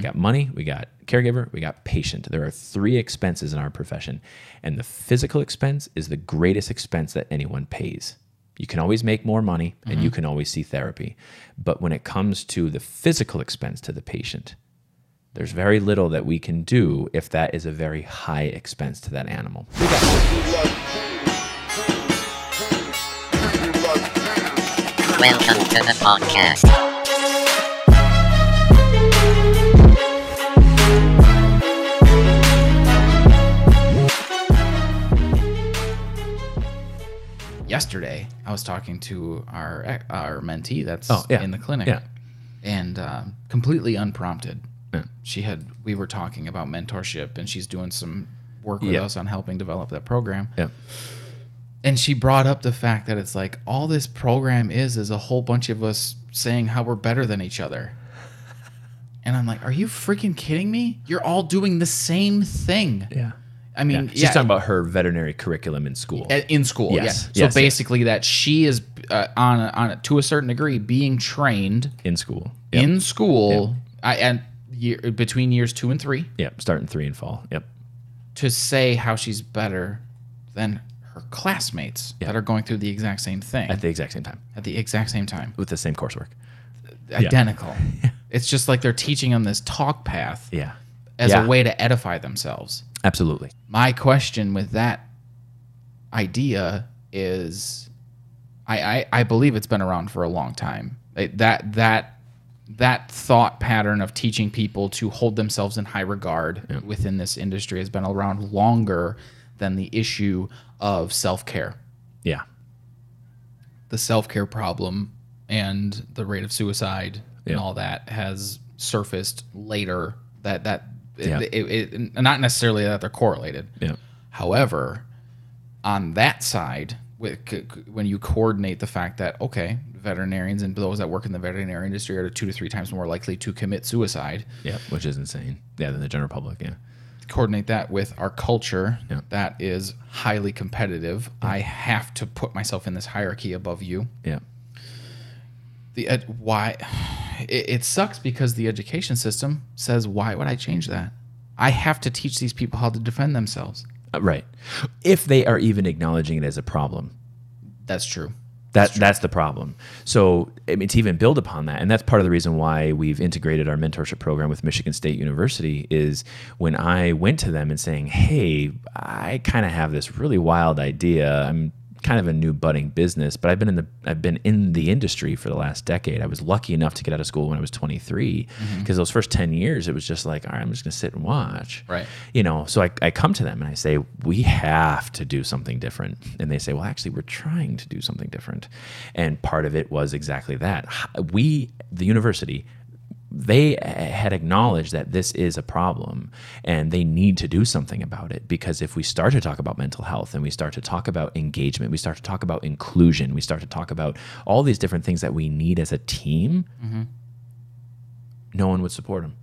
got money, we got caregiver, we got patient. There are three expenses in our profession, and the physical expense is the greatest expense that anyone pays. You can always make more money and you can always see therapy. But when it comes to the physical expense to the patient, there's very little that we can do if that is a very high expense to that animal. Welcome to the podcast. yesterday I was talking to our uh, our mentee that's Oh, yeah. in the clinic, Yeah. and um, completely unprompted, she had we were talking about mentorship, and she's doing some work with Yeah. us on helping develop that program. Yeah. And she brought up the fact that it's like all this program is is a whole bunch of us saying how we're better than each other. And I'm like, are you freaking kidding me? You're all doing the same thing. Yeah. I mean, She's yeah, talking about her veterinary curriculum in school. at- in school. Yes, Yeah. yes, so yes. basically, that she is uh, on a, on a, to a certain degree being trained in school. Yep. in school. I and year, between years two and three Yep. Starting three and fall. Yep. to say how she's better than her classmates that are going through the exact same thing At the exact same time at the exact same time, with the same coursework. identical. it's just like they're teaching them this talk path Yeah. as Yeah. a way to edify themselves. Absolutely. my question with that idea is I, I i believe it's been around for a long time It- that that that thought pattern of teaching people to hold themselves in high regard within this industry has been around longer than the issue of self-care Yeah. the self-care problem and the rate of suicide Yeah. and all that has surfaced later that that Yeah. it, it, it, not necessarily that they're correlated Yeah. However, on that side, with- c- c- when you coordinate the fact that okay, veterinarians and those that work in the veterinary industry are two to three times more likely to commit suicide, Yeah. Which is insane. Yeah. Than the general public. Yeah. coordinate that with our culture Yeah. that is highly competitive. I have to put myself in this hierarchy above you. Yeah. The ed- why it, it sucks because the education system says why would I change that? I have to teach these people how to defend themselves. Uh, right. If they are even acknowledging it as a problem, That's true. That, that's the problem. So I mean, to even build upon that, and that's part of the reason why we've integrated our mentorship program with Michigan State University is when I went to them and saying, "Hey, I kind of have this really wild idea. I'm kind of a new budding business, but I've been in the I've been in the industry for the last decade. I was lucky enough to get out of school when I was 23 Mm-hmm. because those first 10 years it was just like, all right, I'm just gonna sit and watch, Right. you know so I, I come to them and i say we have to do something different and they say well actually we're trying to do something different and part of it was exactly that H- we the university they uh, had acknowledged that this is a problem and they need to do something about it because if we start to talk about mental health and we start to talk about engagement we start to talk about inclusion we start to talk about all these different things that we need as a team no one would support them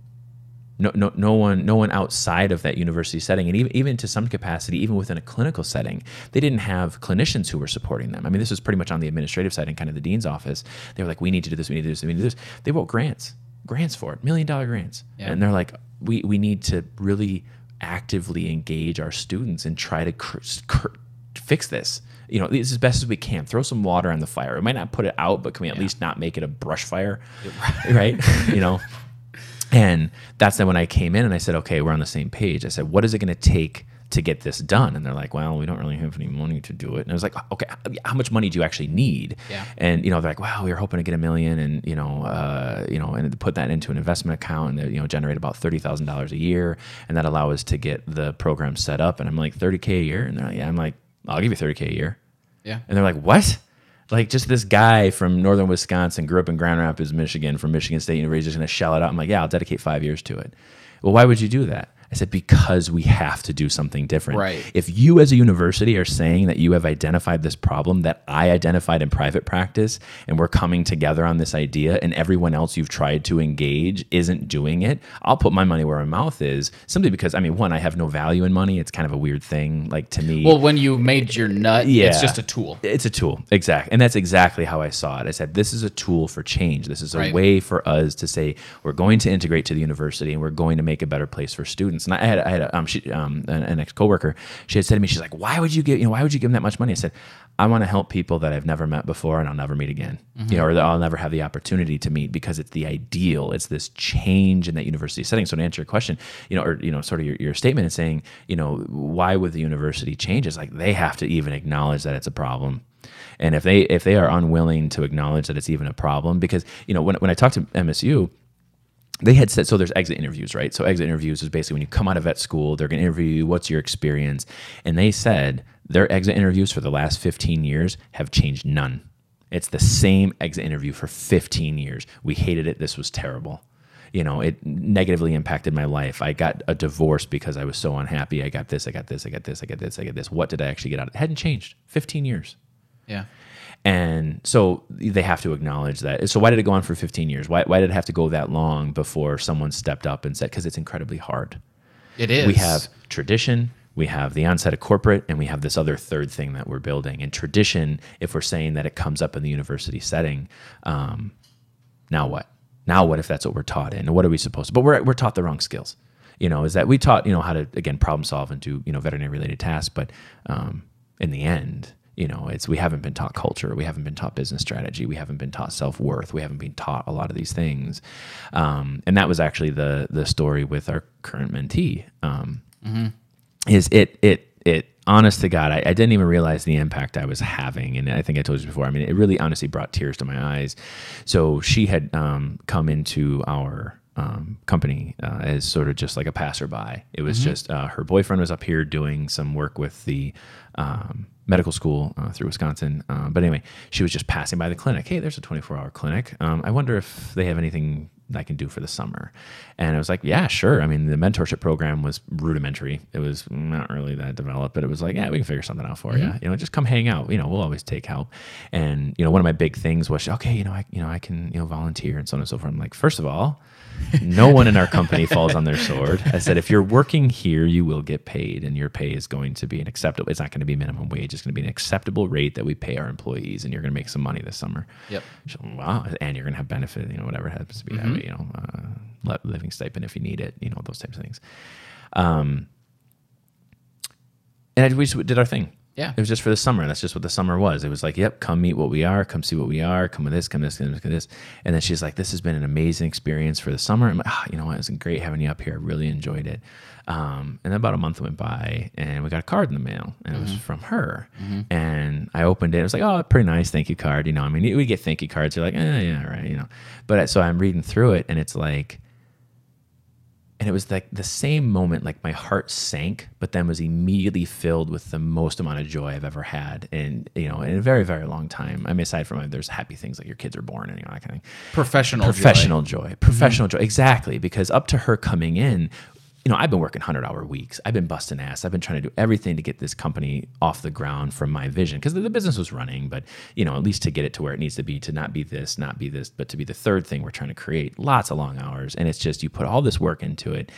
no, no, no one, no one outside of that university setting, and even, even to some capacity, even within a clinical setting, they didn't have clinicians who were supporting them. I mean, this was pretty much on the administrative side and kind of the dean's office. They were like, "We need to do this. We need to do this. We need to do this." They wrote grants, grants for it, million dollar grants, Yeah. and they're like, "We we need to really actively engage our students and try to cr- cr- fix this." You know, this as best as we can. Throw some water on the fire. We might not put it out, but can we at least not make it a brush fire, right? you know. And that's then when I came in and I said, okay, we're on the same page. I said, what is it going to take to get this done? And they're like, well, we don't really have any money to do it. And I was like, "Oh, okay, how much money do you actually need? Yeah. And you know, they're like, wow, we were hoping to get a million, and you know, uh, you know, and to put that into an investment account, and they, you know, generate about thirty thousand dollars a year, and that allow us to get the program set up. And I'm like, thirty k a year, and they're like, yeah, I'm like, I'll give you thirty k a year. Yeah. And they're like, what? Like, just this guy from northern Wisconsin grew up in Grand Rapids, Michigan, from Michigan State University, just going to shell it out. I'm like, yeah, I'll dedicate five years to it. Well, why would you do that? I said, because we have to do something different. Right. If you as a university are saying that you have identified this problem that I identified in private practice and we're coming together on this idea and everyone else you've tried to engage isn't doing it, I'll put my money where my mouth is simply because, I mean, one, I have no value in money. It's kind of a weird thing. Like to me, Well, when you made your nut, it's Yeah. just a tool. it's a tool, exactly, and that's exactly how I saw it. I said, "This is a tool for change. This is a Right. way for us to say we're going to integrate to the university and we're going to make a better place for students." And I had, I had a, um, she, um, an, an ex coworker. She had said to me, "She's like, why would you give, you know, why would you give them that much money?" I said, "I want to help people that I've never met before and I'll never meet again, you know, or that I'll never have the opportunity to meet because it's the ideal. It's this change in that university setting." So to answer your question, you know, or you know, sort of your, your statement and saying, you know, why would the university change? It's like they have to even acknowledge that it's a problem. And if they if they are unwilling to acknowledge that it's even a problem, because you know when when I talked to MSU, they had said so there's exit interviews right so exit interviews is basically when you come out of vet school they're going to interview you what's your experience and they said their exit interviews for the last 15 years have changed none it's the same exit interview for 15 years we hated it this was terrible you know it negatively impacted my life i got a divorce because i was so unhappy i got this i got this i got this i got this i got this what did i actually get out of it hadn't changed 15 years Yeah. and so they have to acknowledge that. So why did it go on for 15 years? Why, why did it have to go that long before someone stepped up and said, because it's incredibly hard. It is. We have tradition, we have the onset of corporate, and we have this other third thing that we're building. And tradition, if we're saying that it comes up in the university setting, um, now what? Now what if that's what we're taught in? And what are we supposed to? But we're, we're taught the wrong skills. You know, is that we taught, you know, how to, again, problem solve and do, you know, veterinary related tasks. But um, in the end, you know, it's we haven't been taught culture, we haven't been taught business strategy, we haven't been taught self worth, we haven't been taught a lot of these things. Um, and that was actually the the story with our current mentee. Um, is it it it honest to god I, I didn't even realize the impact i was having and i think i told you before i mean it really honestly brought tears to my eyes so she had um, come into our um, company uh, as sort of just like a passerby it was just uh, her boyfriend was up here doing some work with the um, medical school uh, through wisconsin uh, but anyway she was just passing by the clinic hey there's a 24-hour clinic um, i wonder if they have anything I can do for the summer. And I was like, yeah, sure. I mean, the mentorship program was rudimentary. It was not really that developed, but it was like, yeah, we can figure something out for you. You know, just come hang out. You know, we'll always take help. And you know, one of my big things was, okay, you know, I, you know, I can, you know, volunteer and so on and so forth. I'm like, first of all, no one in our company falls on their sword. I said, if you're working here, you will get paid, and your pay is going to be an acceptable. It's not going to be minimum wage. It's going to be an acceptable rate that we pay our employees, and you're going to make some money this summer. Yep. She's like, wow, and you're gonna have benefit, you know, whatever it happens to be that way, you know, uh, li- living stipend if you need it, you know, those types of things. Um, and I, we just did our thing. Yeah. It was just for the summer. That's just what the summer was. It was like, yep, come meet what we are, come see what we are, come with this, come this, come this, come this. And then she's like, this has been an amazing experience for the summer. I'm like, ah, you know what? It was great having you up here. I really enjoyed it. Um, and then about a month went by and we got a card in the mail and it was from her. And I opened it. It was like, oh, pretty nice. Thank you card. You know, I mean, we get thank you cards. You're like, eh, yeah, all right. You know, but uh, so I'm reading through it and it's like, and it was like the same moment, like my heart sank, but then was immediately filled with the most amount of joy I've ever had, and you know, in a very, very long time. I mean, aside from uh, there's happy things like your kids are born and you know that kind of thing professional. joy. professional joy, Mm-hmm. professional joy exactly because up to her coming in you know i've been working 100 hour weeks i've been busting ass i've been trying to do everything to get this company off the ground from my vision because the, the business was running but you know at least to get it to where it needs to be to not be this not be this but to be the third thing we're trying to create lots of long hours and it's just you put all this work into it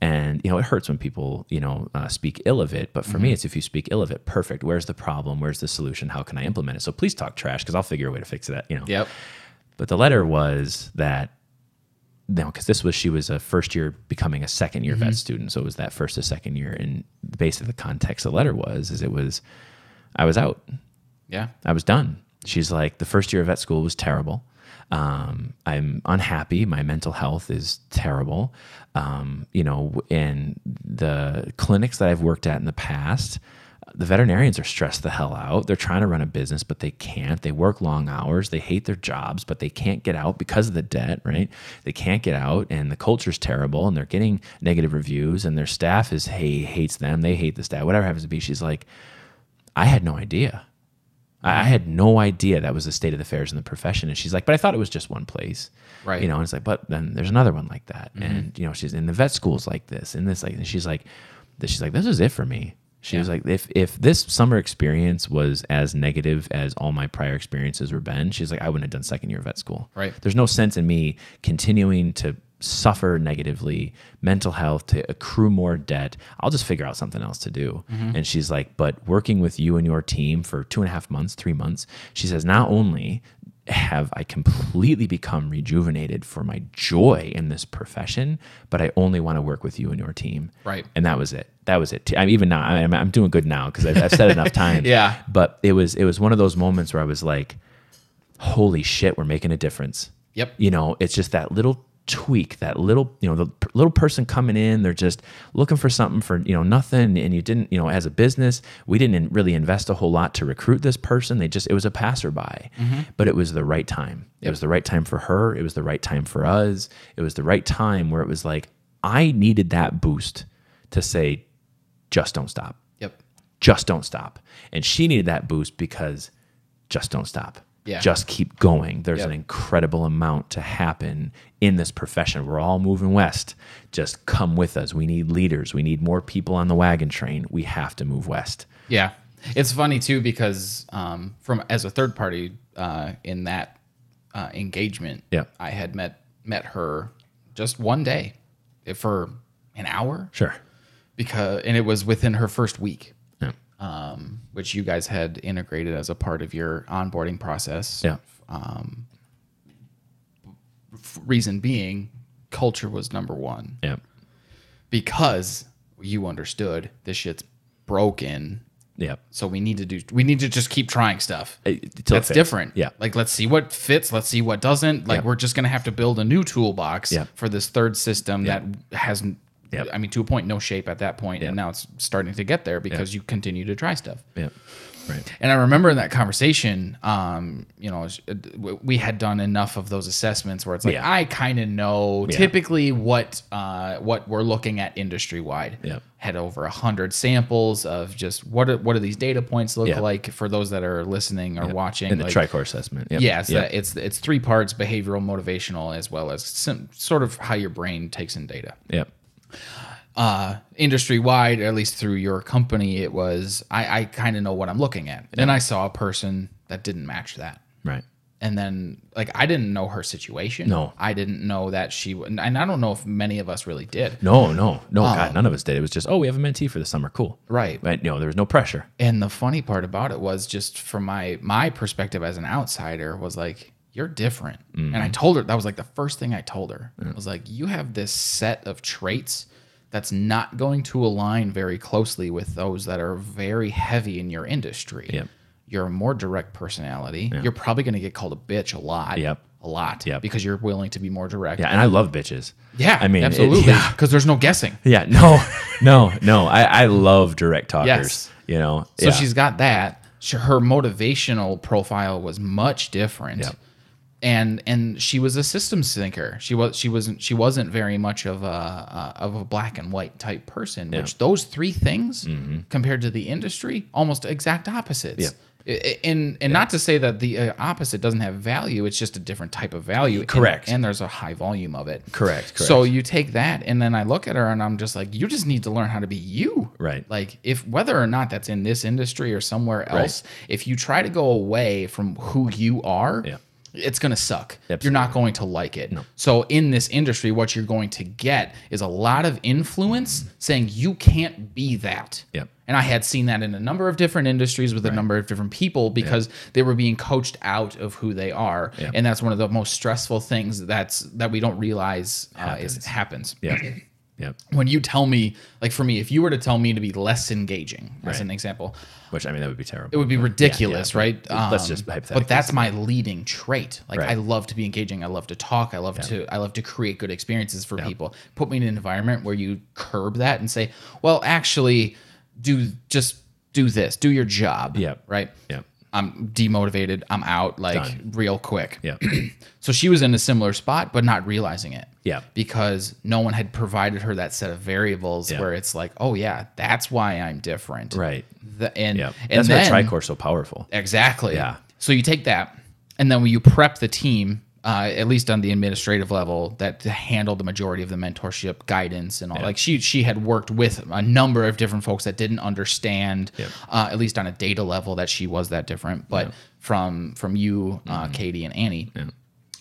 and you know it hurts when people you know uh, speak ill of it but for me it's if you speak ill of it perfect where's the problem where's the solution how can i implement it so please talk trash because i'll figure a way to fix that you know Yep. but the letter was that no, because this was she was a first year becoming a second year vet student, so it was that first to second year. And basically, the context of the letter was is it was I was out, Yeah. I was done. She's like the first year of vet school was terrible. Um, I'm unhappy. My mental health is terrible. Um, you know, in the clinics that I've worked at in the past, the veterinarians are stressed the hell out. They're trying to run a business, but they can't. They work long hours. They hate their jobs, but they can't get out because of the debt, right? They can't get out, and the culture's terrible, and they're getting negative reviews, and their staff is hey hates them. They hate the staff. Whatever happens to be, she's like, I had no idea. I I had no idea that was the state of affairs in the profession. And she's like, but I thought it was just one place. Right. Mm-hmm. You know, and it's like, but then there's another one like that. And, you know, she's in the vet schools like this and this, like, and she's like, this, she's like, this is it for me. She was like, if, if this summer experience was as negative as all my prior experiences were been, she's like, I wouldn't have done second year vet school. Right. There's no sense in me continuing to suffer negatively, mental health, to accrue more debt. I'll just figure out something else to do. And she's like, but working with you and your team for two and a half months, three months, she says, not only have I completely become rejuvenated for my joy in this profession, but I only want to work with you and your team. Right. And that was it. That was it. I'm even now, I'm, I'm doing good now because I've, I've said it enough times. Yeah. But it was, it was one of those moments where I was like, holy shit, we're making a difference. Yep. You know, it's just that little tweak, that little, you know, the p- little person coming in, they're just looking for something for, you know, nothing. And you didn't, you know, as a business, we didn't in- really invest a whole lot to recruit this person. They just, it was a passerby, but it was the right time. It was the right time for her. It was the right time for us. It was the right time where it was like, I needed that boost to say, just don't stop Yep. just don't stop. And she needed that boost because just don't stop. Yeah. Just keep going. There's Yep. an incredible amount to happen in this profession. We're all moving west. Just come with us. We need leaders. We need more people on the wagon train. We have to move west. Yeah, it's funny too because um, from as a third party uh, in that uh, engagement, Yeah. I had met met her just one day eh, for an hour Sure. because, and it was within her first week, Yeah. um, which you guys had integrated as a part of your onboarding process. Yeah. F- Reason being, culture was number one Yeah. because you understood this shit's broken. Yeah. So we need to do. We need to just keep trying stuff. Uh, till it that's fits. different. Yeah. Like let's see what fits, let's see what doesn't. Like Yeah. we're just gonna have to build a new toolbox Yeah. for this third system Yeah. that has Yeah. I mean to a point no shape at that point, and now it's starting to get there because you continue to try stuff. yeah. Right. And I remember in that conversation, um, you know, sh- we had done enough of those assessments where it's like Yeah. I kind of know typically what uh, what we're looking at industry wide. Yeah. Had over a hundred samples of just what are, what do these data points look Yeah. like for those that are listening or watching. And the like, tricor assessment. Yep. yeah, it's, Yep. that, it's it's three parts: behavioral, motivational, as well as some, sort of how your brain takes in data. Yep. Uh, industry wide, at least through your company, it was I, I kind of know what I'm looking at. Then I saw a person that didn't match that, Right. and then like I didn't know her situation. No. I didn't know that she w- and I don't know if many of us really did. No, no, no. God, none of us did. It was just, oh, we have a mentee for the summer. Cool. Right. But you know, there was no pressure. And the funny part about it was just from my my perspective as an outsider was like you're different. And Mm-hmm. I told her that was like the first thing I told her. I was like you have this set of traits that's not going to align very closely with those that are very heavy in your industry. Yep. You're a more direct personality. You're probably going to get called a bitch a lot. Yep. A lot Yep. because you're willing to be more direct. Yeah. And I love bitches. Yeah, I mean, it- absolutely. yeah. Because there's no guessing. Yeah, no, no, no. I, I love direct talkers. Yes. You know, So yeah. she's got that. Sh- Her motivational profile was much different. Yep. And and she was a systems thinker. She was she wasn't she wasn't very much of a uh, of a black and white type person. Which those three things Mm-hmm. compared to the industry, almost exact opposites. Yep. I- I- And and not to say that the uh, opposite doesn't have value. It's just a different type of value. and- Correct. And, there's a high volume of it. Correct, correct. So you take that, and then I look at her, and I'm just like, you just need to learn how to be you. Right. Like if whether or not that's in this industry or somewhere else, if you try to go away from who you are, Yeah. it's going to suck. You're not going to like it. No. So in this industry what you're going to get is a lot of influence saying you can't be that. Yep. And I had seen that in a number of different industries with a number of different people because they were being coached out of who they are, Yep. and that's one of the most stressful things that's that we don't realize uh, Is, happens yeah, yeah. when you tell me, like for me, if you were to tell me to be less engaging, as Right. an example, Which I mean, that would be terrible. it would be ridiculous, yeah. right? Um, Let's just hypothetically But that's my leading trait. Like Right. I love to be engaging. I love to talk. I love to. I love to create good experiences for people. Put me in an environment where you curb that and say, well, actually, do just do this. Do your job. Yep. Right yeah, I'm demotivated. I'm out like Done. real quick. Yeah. So she was in a similar spot, but not realizing it. Yeah. Because no one had provided her that set of variables Yeah. where it's like, oh yeah, that's why I'm different. right. The, and Yeah. and That's then, why Tricore's so powerful. Exactly. Yeah. So you take that, and then when you prep the team, uh, at least on the administrative level, that to handle the majority of the mentorship guidance and all. Like she she had worked with a number of different folks that didn't understand, uh, at least on a data level, that she was that different. But from from you, Mm-hmm. uh, Katie and Annie,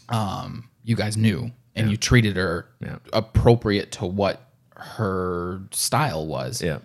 um, you guys knew and you treated her Yeah. appropriate to what her style was. Yeah.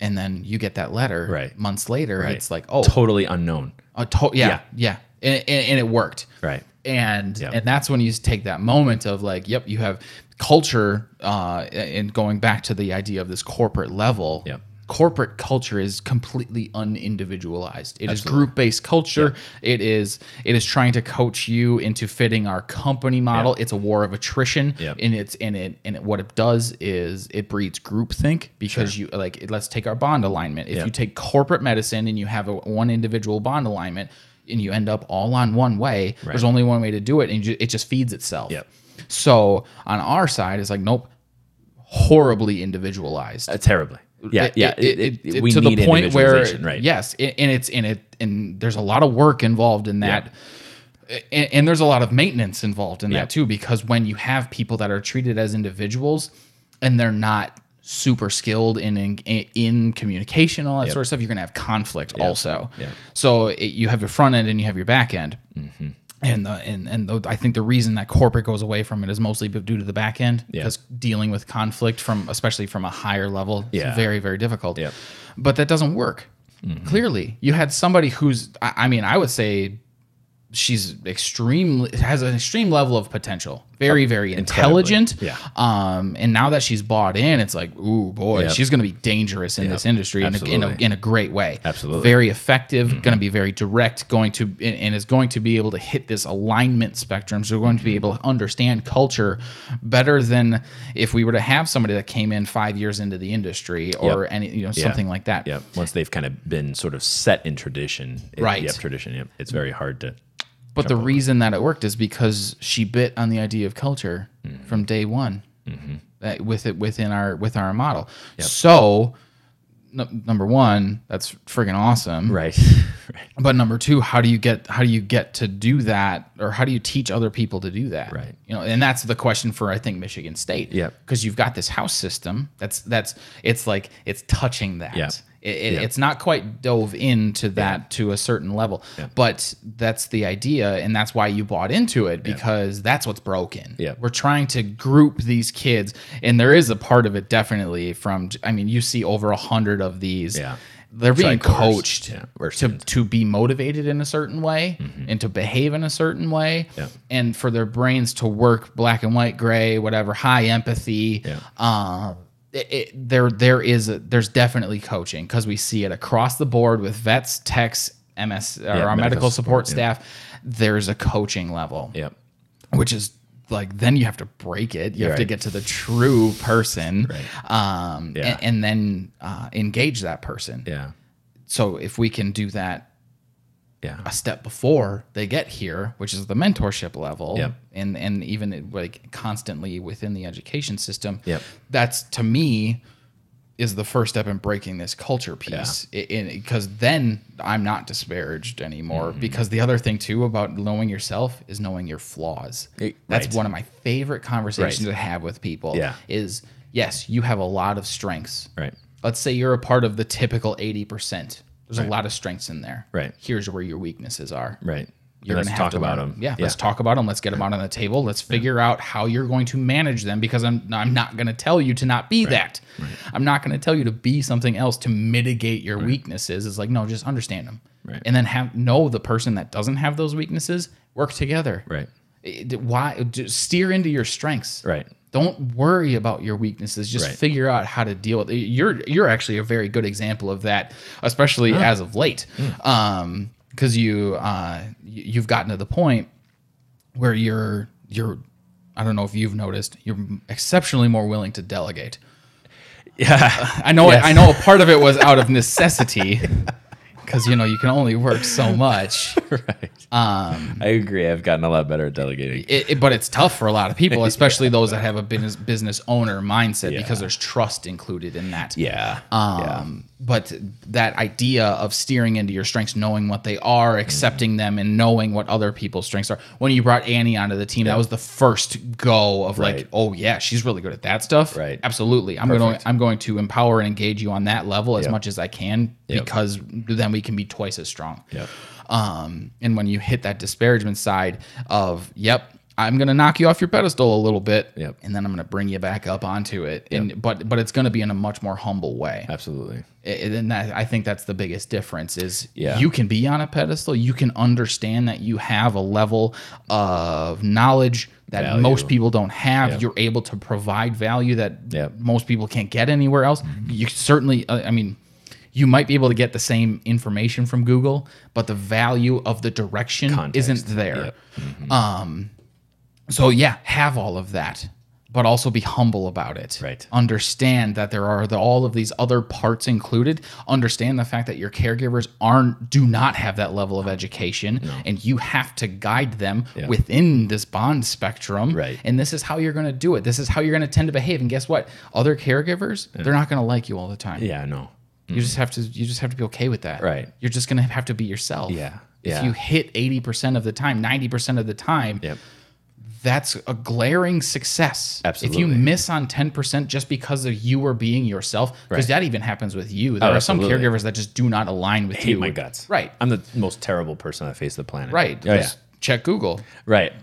And then you get that letter Right. months later. Right. It's like, oh, Totally unknown. a to- yeah, Yeah. yeah, And, and, and it worked. Right. And Yep. and that's when you take that moment of like, yep, you have culture. Uh, and going back to the idea of this corporate level, Yep. corporate culture is completely unindividualized. It group based culture. It is it is trying to coach you into fitting our company model. It's a war of attrition. Yep. And it's and it and it, what it does is it breeds groupthink because you like let's take our bond alignment. If Yep. you take corporate medicine and you have a one individual bond alignment and you end up all on one way, there's only one way to do it, and you, it just feeds itself. Yep. So on our side, it's like nope, horribly individualized. Uh, terribly. Yeah. It- yeah. it- It- it- it- we to need the point where individualization. Right. yes, it, and it's in it, and there's a lot of work involved in that. And, and there's a lot of maintenance involved in Yeah. that too, because when you have people that are treated as individuals and they're not super skilled in in, in communication, all that sort of stuff, you're gonna have conflict also. Yeah. So it, you have your front end and you have your back end. Mm-hmm. And the and and the, I think the reason that corporate goes away from it is mostly due to the back end Yeah. because dealing with conflict from especially from a higher level is Yeah. Mm-hmm. very very difficult. Yep. But that doesn't work. Clearly, you had somebody who's I, I mean I would say she's extremely has an extreme level of potential. Very very Incredibly. intelligent. Yeah. Um. And now that she's bought in, it's like ooh boy, Yep. she's going to be dangerous in this industry in a, in, a, Absolutely. in a great way. Absolutely. Very very effective, going Mm-hmm. to be very direct, going to and, and is going to be able to hit this alignment spectrum. So we're going to Mm-hmm. be able to understand culture better than if we were to have somebody that came in five years into the industry or Yep. any you know something like that. Yeah. Once they've kind of been sort of set in tradition. it- Right. Yep. Tradition. Yep. It's very hard to. But the reason that it worked is because she bit on the idea of culture Mm-hmm. from day one that with it within our with our model. So. num number one, that's friggin' awesome. Right. right. but number two how do you get how do you get to do that or how do you teach other people to do that Right. you know and that's the question for i think michigan state Yep. because you've got this house system that's that's it's like it's touching that Yeah. It, it, Yeah. It's not quite dove into that to a certain level, but that's the idea, and that's why you bought into it because that's what's broken. Yeah. We're trying to group these kids, and there is a part of it definitely from. I mean, you see over a hundred of these. Yeah. They're being Tricors. coached Yeah, or to to be motivated in a certain way and to behave in a certain way Mm-hmm. Yeah. and for their brains to work black and white gray whatever high empathy Yeah. uh, it, it- there there is a, there's definitely coaching because we see it across the board with vets techs ms or medical our medical, support, support, yeah. staff there's a coaching level Yep. which is like then you have to break it you have to Right. get to the true person um Yeah. and, and then uh, engage that person Yeah. so if we can do that Yeah. a step before they get here, which is the mentorship level, Yep. and and even like constantly within the education system. Yep. That's to me is the first step in breaking this culture piece because then I'm not disparaged anymore Mm-hmm. because the other thing too about knowing yourself is knowing your flaws. It- That's right. one of my favorite conversations Right. to have with people Yeah. is yes, you have a lot of strengths Right. let's say you're a part of the typical 80%. There's a lot of strengths in there. Right. Here's where your weaknesses are. Right. You're And let's gonna have talk to about learn- them. Yeah, let's talk about them. Let's get them out on the table. Let's figure out how you're going to manage them because I'm I'm not going to tell you to not be that. I'm not going to tell you to be something else to mitigate your weaknesses. It's like no, just understand them. Right. And then have know the person that doesn't have those weaknesses, work together. Right. It- Why just steer into your strengths. Right. Don't worry about your weaknesses. Just Right. figure out how to deal with it. You're you're actually a very good example of that, especially as of late, because Hmm. you uh, y- you've gotten to the point where you're you're I don't know if you've noticed you're exceptionally more willing to delegate. Yeah. I know I know a part of it was out of necessity. because you know you can only work so much. right. Um, I agree. I've gotten a lot better at delegating. it, it- but it's tough for a lot of people, especially those that have a business business owner mindset, because Yeah. there's trust included in that. Yeah. Um, But that idea of steering into your strengths, knowing what they Mm-hmm. are, accepting them, and knowing what other people's strengths are. When you brought Annie onto the team, that was the first go of like, Right. oh yeah, she's really good at that stuff. Right. Absolutely. I'm going. I'm going to empower and engage you on that level as Yep. much as I can Yep. because then we can be twice as strong. yeah. Um, and when you hit that disparagement side of, yep, I'm gonna knock you off your pedestal a little bit, Yep. and then I'm gonna bring you back up onto it, and but but it's gonna be in a much more humble way. Absolutely. A- and that, I think that's the biggest difference is Yeah. you can be on a pedestal, you can understand that you have a level of knowledge that Value. most people don't have. Yep. You're able to provide value that Yep. most people can't get anywhere else. Mm-hmm. You certainly, uh, I mean, you might be able to get the same information from Google, but the value of the direction Context. isn't there. Yep. So yeah, have all of that, but also be humble about it. Right. Understand that there are the, all of these other parts included. Understand the fact that your caregivers aren't do not have that level of education, and you have to guide them Yeah. within this bond spectrum. Right. And this is how you're going to do it. This is how you're going to tend to behave. And guess what? Other caregivers, they're not going to like you all the time. Yeah. No. You just have to you just have to be okay with that. Right. You're just gonna have to be yourself. Yeah. If Yeah. you hit 80% of the time, 90% of the time, Yep. that's a glaring success. If you Absolutely. miss on 10% just because of you or being yourself, because that even happens with you. There Oh, are some absolutely. caregivers that just do not align with Hate you. my guts. Right. I'm the most terrible person on the face of the planet. Right. Oh, yeah. Just Check Google. Right.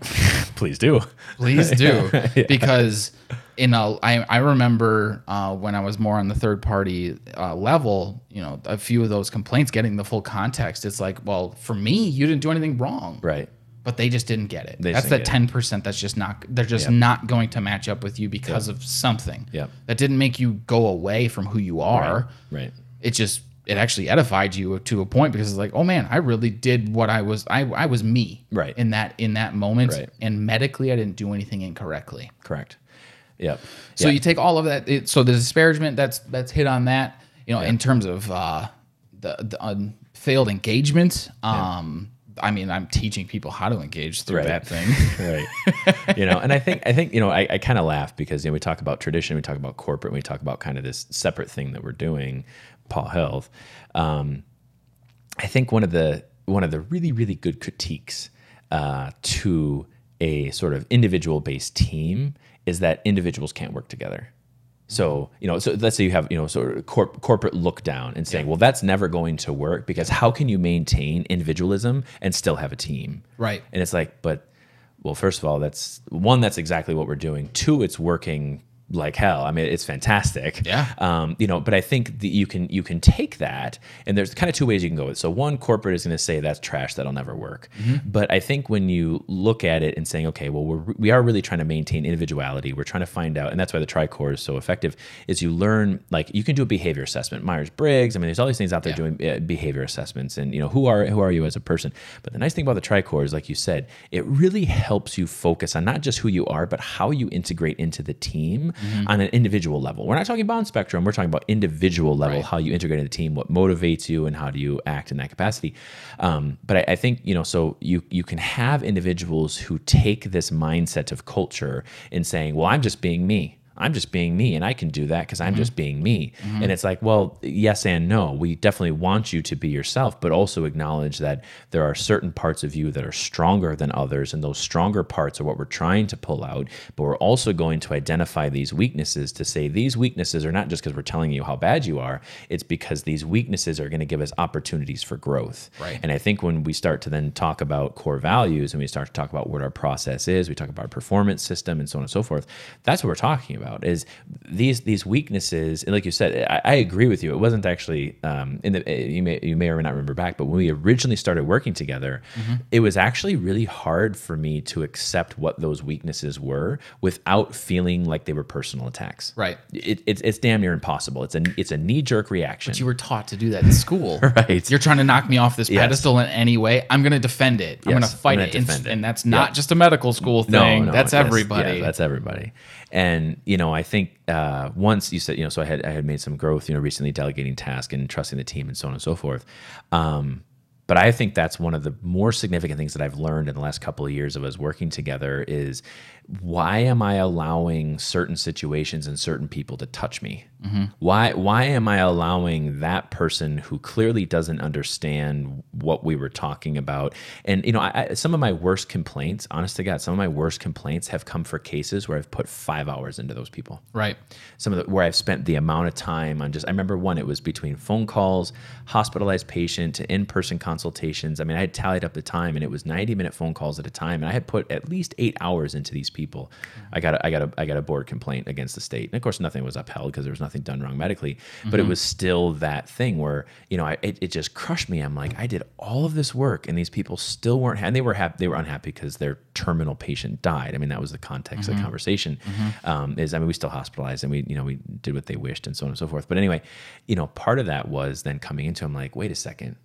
Please do. Please do, because in a I I remember uh, when I was more on the third party uh, level, you know, a few of those complaints getting the full context. It's like, well, for me, you didn't do anything wrong, Right. But they just didn't get it. They that's just that didn't ten percent. That's just not. They're just not going to match up with you because of something. Yep. That didn't make you go away from who you are Right. it just it actually edified you to a point because it's like oh man i really did what i was i, I was me Right. in that in that moment Right. and medically i didn't do anything incorrectly Correct. Yep. so Yeah. you take all of that it, so the disparagement that's that's hit on that you know in terms of uh the, the um, failed engagement um i mean i'm teaching people how to engage through Right. that thing right you know and i think i think you know i, I kind of laugh because you know we talk about tradition we talk about corporate we talk about kind of this separate thing that we're doing paul health um, i think one of the one of the really really good critiques uh, to a sort of individual based team is that individuals can't work together so you know, so let's say you have you know sort of corp- corporate look down and saying, well, that's never going to work because how can you maintain individualism and still have a team? Right. And it's like, but well, first of all, that's one, that's exactly what we're doing. Two, it's working like hell. I mean, it's fantastic. Yeah. Um, you know, but I think that you can you can take that and there's kind of two ways you can go with. it. So one corporate is going to say that's trash, that'll never work. But I think when you look at it and saying, okay, well, we're, we are really trying to maintain individuality. We're trying to find out, and that's why the tricore is so effective. Is you learn like you can do a behavior assessment, Myers Briggs. I mean, there's all these things out there doing uh, behavior assessments, and you know who are who are you as a person. But the nice thing about the tricore is, like you said, it really helps you focus on not just who you are, but how you integrate into the team on an individual level. We're not talking bond spectrum. We're talking about individual level, how you integrate in the team, what motivates you, and how do you act in that capacity. Um, but I, I think you know, so you you can have individuals who take this mindset of culture and saying, "Well, I'm just being me. I'm just being me, and I can do that because I'm just being me." And it's like, well, yes and no. We definitely want you to be yourself, but also acknowledge that there are certain parts of you that are stronger than others, and those stronger parts are what we're trying to pull out. But we're also going to identify these weaknesses to say these weaknesses are not just because we're telling you how bad you are; it's because these weaknesses are going to give us opportunities for growth. Right. And I think when we start to then talk about core values and we start to talk about what our process is, we talk about our performance system and so on and so forth, that's what we're talking about is these these weaknesses. And like you said, I, I agree with you. It wasn't actually um, in the eh, you may you may or may not remember back, but when we originally started working together, Mm-hmm. it was actually really hard for me to accept what those weaknesses were without feeling like they were personal attacks. Right. It, it's it's damn near impossible. It's a it's a knee jerk reaction. you were taught to do that in school Right. you're trying to knock me off this pedestal in any way i'm gonna defend it i'm Yes, gonna fight I'm gonna it. And, defend it. and that's not just a medical school thing that's yes, everybody yeah, that's everybody. And you know, I think uh, once you said, you know, so I had I had made some growth, you know, recently delegating tasks and trusting the team and so on and so forth. Um, but I think that's one of the more significant things that I've learned in the last couple of years of us working together is why am I allowing certain situations and certain people to touch me? Why why am I allowing that person who clearly doesn't understand what we were talking about? And you know, I, I, some of my worst complaints, honest to God, some of my worst complaints have come for cases where I've put five hours into those people Right. some of the where I've spent the amount of time on just I remember one it was between phone calls, hospitalized patient to in-person consultations. I mean, I had tallied up the time and it was 90-minute phone calls at a time and I had put at least 8 hours into these people. I got a, I got a I got a board complaint against the state. And of course nothing was upheld because there was nothing done wrong medically, but it was still that thing where, you know, I, it, it just crushed me. I'm like, I did all of this work and these people still weren't and they were happy they were unhappy because their terminal patient died. I mean, that was the context of the conversation. Um, is I mean, we still hospitalized and we you know we did what they wished and so on and so forth. But anyway, you know, part of that was then coming into I'm like, wait a second,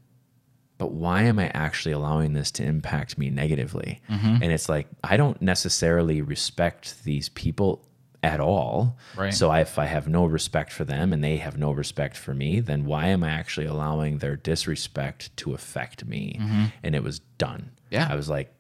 but why am I actually allowing this to impact me negatively? And it's like I don't necessarily respect these people at all. Right. So if I have no respect for them and they have no respect for me, then why am I actually allowing their disrespect to affect me? And it was done. Yeah. I was like,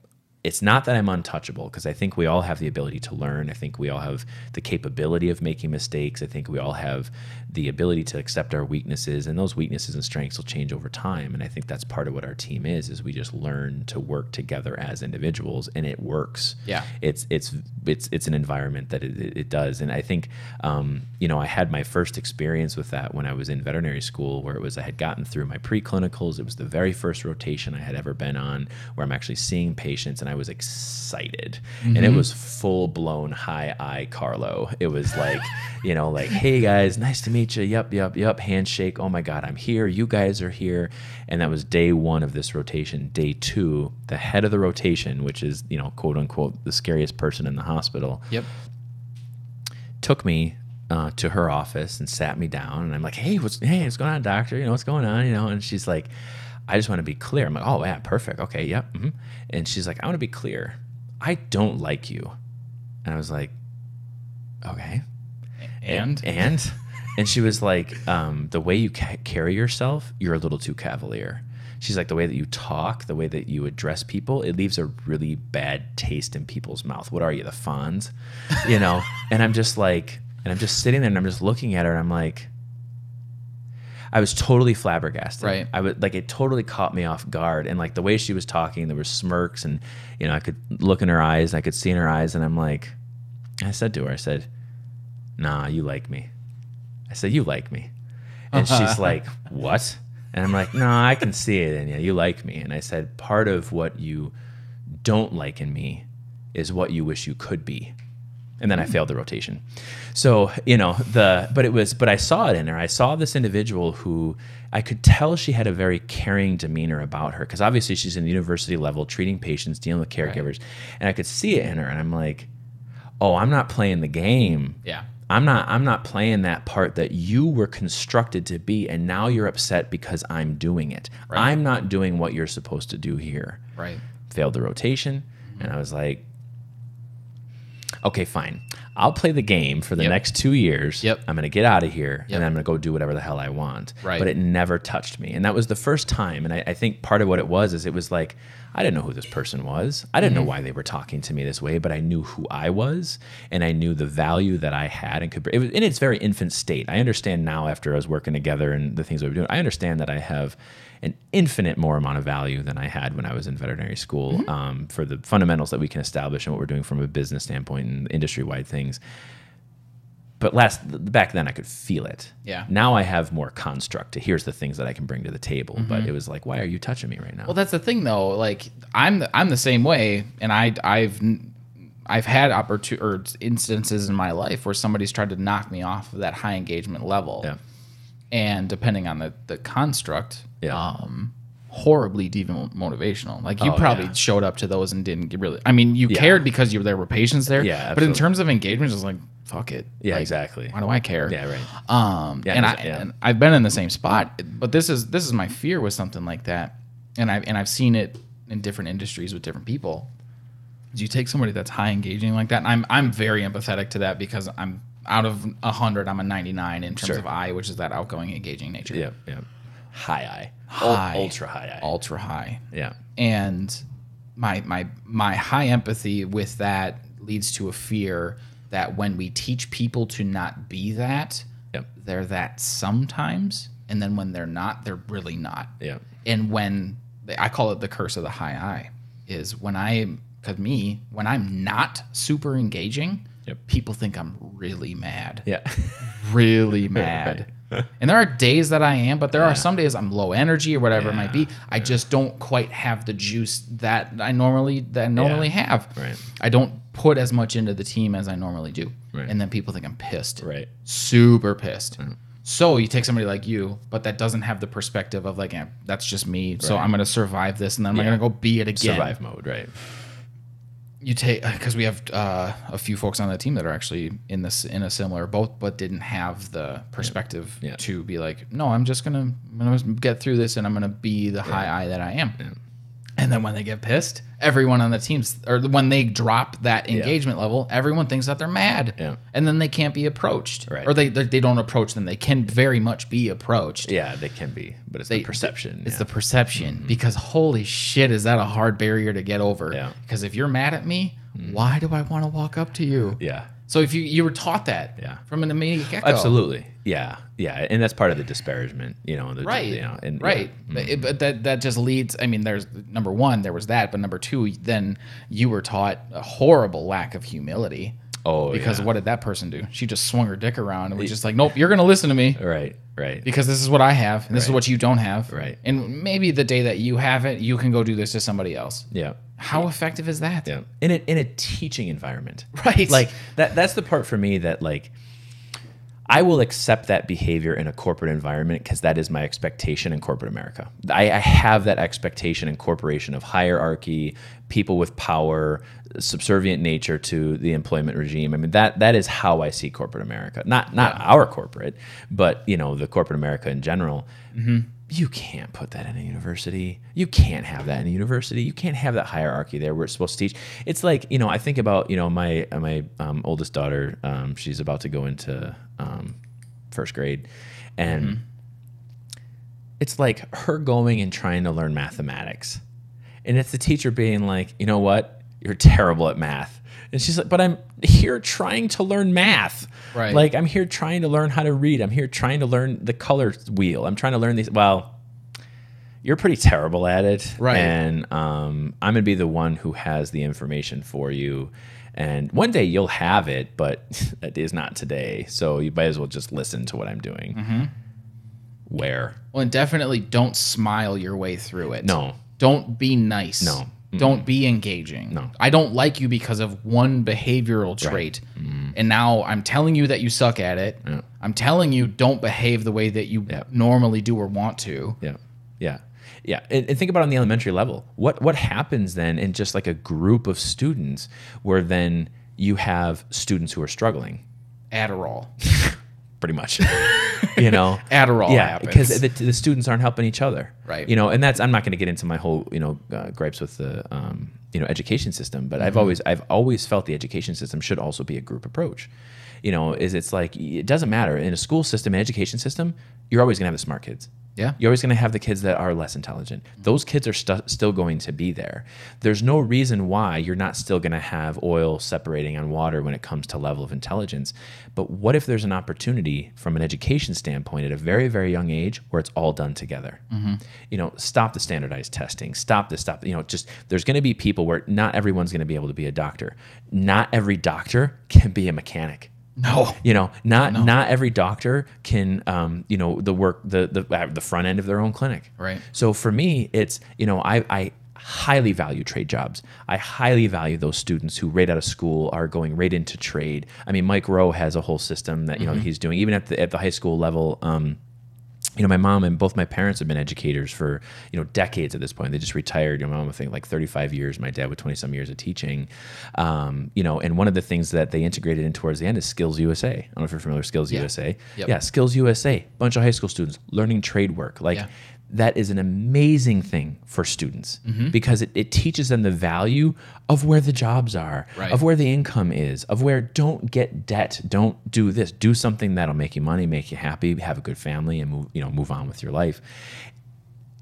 it's not that I'm untouchable because I think we all have the ability to learn. I think we all have the capability of making mistakes. I think we all have the ability to accept our weaknesses, and those weaknesses and strengths will change over time. And I think that's part of what our team is: is we just learn to work together as individuals, and it works. Yeah. it's it's it's it's an environment that it, it, it does. And I think um, you know I had my first experience with that when I was in veterinary school, where it was I had gotten through my preclinicals. It was the very first rotation I had ever been on, where I'm actually seeing patients, and I was excited, and it was full blown high eye Carlo. It was like you know like hey guys, nice to meet you. Yep, yep, yep. Handshake. Oh my God, I'm here. You guys are here, and that was day one of this rotation. Day two, the head of the rotation, which is you know quote unquote the scariest person in the hospital Yep. took me uh, to her office and sat me down and I'm like, hey, what's hey, what's going on, doctor? You know, what's going on? You know, and she's like, I just want to be clear. I'm like, oh yeah, perfect. Okay, yep. mhm." And she's like, I want to be clear. I don't like you. And I was like, okay And and and she was like um, the way you ca- carry yourself you're a little too cavalier she's like the way that you talk the way that you address people it leaves a really bad taste in people's mouth what are you the fonz you know and i'm just like and i'm just sitting there and i'm just looking at her and i'm like I was totally flabbergasted. Right. I was like, it totally caught me off guard, and like the way she was talking, there were smirks, and you know, I could look in her eyes, and I could see in her eyes, and I'm like, I said to her, I said, nah, you like me. I said, you like me. And she's like, what? And I'm like, nah, I can see it in you. You like me. And I said, part of what you don't like in me is what you wish you could be. And then I failed the rotation. So, you know, the, but it was, but I saw it in her. I saw this individual who I could tell she had a very caring demeanor about her. Cause obviously she's in the university level, treating patients, dealing with caregivers. And I could see it in her. And I'm like, oh, I'm not playing the game. yeah. I'm not I'm not playing that part that you were constructed to be and now you're upset because I'm doing it. I'm not doing what you're supposed to do here. Right. Failed the rotation and I was like okay, fine. I'll play the game for the Yep. next 2 years. Yep. I'm going to get out of here Yep. and I'm going to go do whatever the hell I want. Right. But it never touched me. And that was the first time and I, I think part of what it was is it was like I didn't know who this person was. I Mm-hmm. didn't know why they were talking to me this way, but I knew who I was and I knew the value that I had and could. It was in its very infant state. I understand now after I was working together and the things we were doing. I understand that I have an infinite more amount of value than I had when I was in veterinary school Mm-hmm. um, for the fundamentals that we can establish and what we're doing from a business standpoint and industry wide things. But last back then, I could feel it. Yeah. Now I have more construct. To, here's the things that I can bring to the table. But it was like, why are you touching me right now? Mm-hmm. Well, that's the thing though. Like I'm the, I'm the same way, and I I've n- I've had opportun or instances in my life where somebody's tried to knock me off of that high engagement level, yeah. and depending on the the construct, Yeah. um, horribly demotivational. Like you Oh, probably yeah. showed up to those and didn't get really. I mean, you Yeah. cared because you there were patients there. Yeah, but in absolutely. terms of engagement, it's like fuck it. Yeah, Like, exactly. Why do I care? Yeah, right. Um, Yeah, and I there's- yeah. and I've been in the same spot, but this is this is my fear with something like that, and I've and I've seen it in different industries with different people. you take somebody that's high engaging like that. And I'm I'm very empathetic to that because I'm out of hundred, I'm a ninety nine in terms Sure. of I, which is that outgoing, engaging nature. Yeah, yeah. High eye. Ul- High. Ultra high eye. Ultra high. yeah. and my my my high empathy with that leads to a fear that when we teach people to not be that Yep. they're that sometimes and then when they're not they're really not Yeah. and when I call it the curse of the high eye is when I because me when I'm not super engaging Yep. people think I'm really mad Yeah. really mad. And there are days that I am, but there are some days I'm low energy or whatever it might be. I just don't quite have the juice that I normally that I normally have. Right. I don't put as much into the team as I normally do. Right. And then people think I'm pissed. right. Super pissed. So you take somebody like you, but that doesn't have the perspective of like, eh, that's just me. So I'm gonna survive this, and then I'm Yeah. gonna go be it again Survive mode. Right. you take because we have uh, a few folks on the team that are actually in this in a similar boat, but didn't have the perspective Yeah. to be like, no, I'm just gonna I'm gonna get through this and I'm gonna be the high eye that I am. And then when they get pissed, everyone on the teams or when they drop that engagement level, everyone thinks that they're mad, Yeah. and then they can't be approached, Right. or they, they they don't approach them. They can very much be approached. Yeah, they can be, but it's They- the perception. yeah. It's Mm-hmm. the perception because holy shit, is that a hard barrier to get over? Yeah. Mm. Because if you're mad at me, why do I want to walk up to you? yeah. So if you you were taught that Yeah. from an immediate get Absolutely. Yeah. Yeah. And that's part of the disparagement, you know, the, right, you know, and Mm-hmm. right. But, it- but that that just leads. I mean, there's number one, there was that, but number two, then you were taught a horrible lack of humility. Oh, because yeah. what did that person do? She just swung her dick around and was just like, nope, you're gonna listen to me. Right. Right. because this is what I have and this is Right. what you don't have. Right. And maybe the day that you have it, you can go do this to somebody else. yeah. How effective is that? Yeah. In a in a teaching environment. Right. Like that that's the part for me that like I will accept that behavior in a corporate environment because that is my expectation in corporate America. I, I have that expectation in corporation of hierarchy, people with power, subservient nature to the employment regime. I mean that that is how I see corporate America. Not not our corporate, but you know the corporate America in general. You can't put that in a university. You can't have that in a university. You can't have that hierarchy there where it's supposed to teach. It's like you know I think about you know my my um, oldest daughter. Um, she's about to go into um, first grade and it's like her going and trying to learn mathematics and it's the teacher being like you know what you're terrible at math and she's like but i'm here trying to learn math Right. like i'm here trying to learn how to read i'm here trying to learn the color wheel i'm trying to learn these well you're pretty terrible at it Right. and um, i'm gonna be the one who has the information for you and one day you'll have it but that is not today so you might as well just listen to what i'm doing where Well, and definitely don't smile your way through it. No. Don't be nice. No. Don't be engaging. No. I don't like you because of one behavioral trait. And now I'm telling you that you suck at it. Mm-hmm. Yeah. I'm telling you don't behave the way that you Yeah. normally do or want to. Yeah, yeah, yeah. And, and think about it on the elementary level. What what happens then in just like a group of students, where then you have students who are struggling, Adderall. pretty much. you know, Adderall yeah, happens. because the, the students aren't helping each other, Right. You know, and that's I'm not going to get into my whole you know uh, gripes with the um, you know education system, but Mm-hmm. I've always I've always felt the education system should also be a group approach. You know, is it's like it doesn't matter in a school system, an education system, you're always going to have the smart kids. Yeah. You're always going to have the kids that are less intelligent. Those kids are stu- still going to be there. There's no reason why you're not still going to have oil separating on water when it comes to level of intelligence. But what if there's an opportunity from an education standpoint at a very, very young age where it's all done together? You know, stop the standardized testing, stop this, stop, you know, just there's going to be people where not everyone's going to be able to be a doctor. Not every doctor can be a mechanic No. you know not not every doctor can um, you know the work the the, uh, the front end of their own clinic Right. so for me it's you know i i highly value trade jobs i highly value those students who right out of school are going right into trade i mean mike rowe has a whole system that you Mm-hmm. know he's doing even at the at the high school level um, you know, my mom and both my parents have been educators for, you know, decades at this point. They just retired. Your mom, I think, like 35 years. My dad with 20 some years of teaching. Um, you know, and one of the things that they integrated in towards the end is Skills USA. I don't know if you're familiar with Skills USA. Yep. Yeah, Skills USA. Bunch of high school students learning trade work. Like Yeah. that is an amazing thing for students because it, it teaches them the value of where the jobs are, Right. of where the income is, of where don't get debt, don't do this, do something that'll make you money, make you happy, have a good family, and move you know move on with your life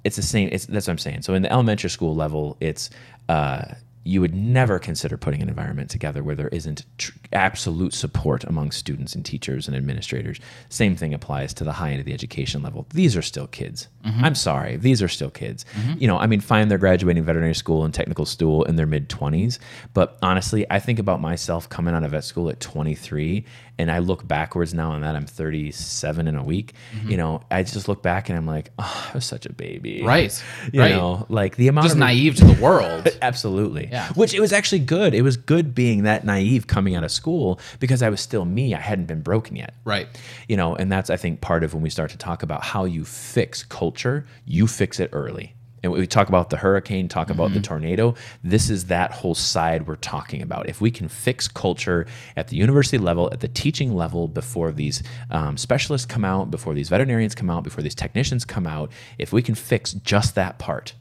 it's the same. It's that's what I'm saying. So in the elementary school level, it's uh, you would never consider putting an environment together where there isn't tr- absolute support among students and teachers and administrators. Same thing applies to the high end of the education level. These are still kids. I'm sorry, these are still kids. Mm-hmm. You know, I mean, fine, they're graduating veterinary school and technical school in their mid 20s, but honestly, I think about myself coming out of vet school at 23, and I look backwards now on that. I'm 37 in a week. Mm-hmm. You know, I just look back and I'm like, oh, I was such a baby Right. you right. know like the amount Just of naive to the world. absolutely Yeah. which it was actually good it was good being that naive coming out of school because i was still me i hadn't been broken yet right. you know and that's i think part of when we start to talk about how you fix culture you fix it early and we talk about the hurricane talk about the tornado this is that whole side we're talking about if we can fix culture at the university level at the teaching level before these um, specialists come out before these veterinarians come out before these technicians come out if we can fix just that part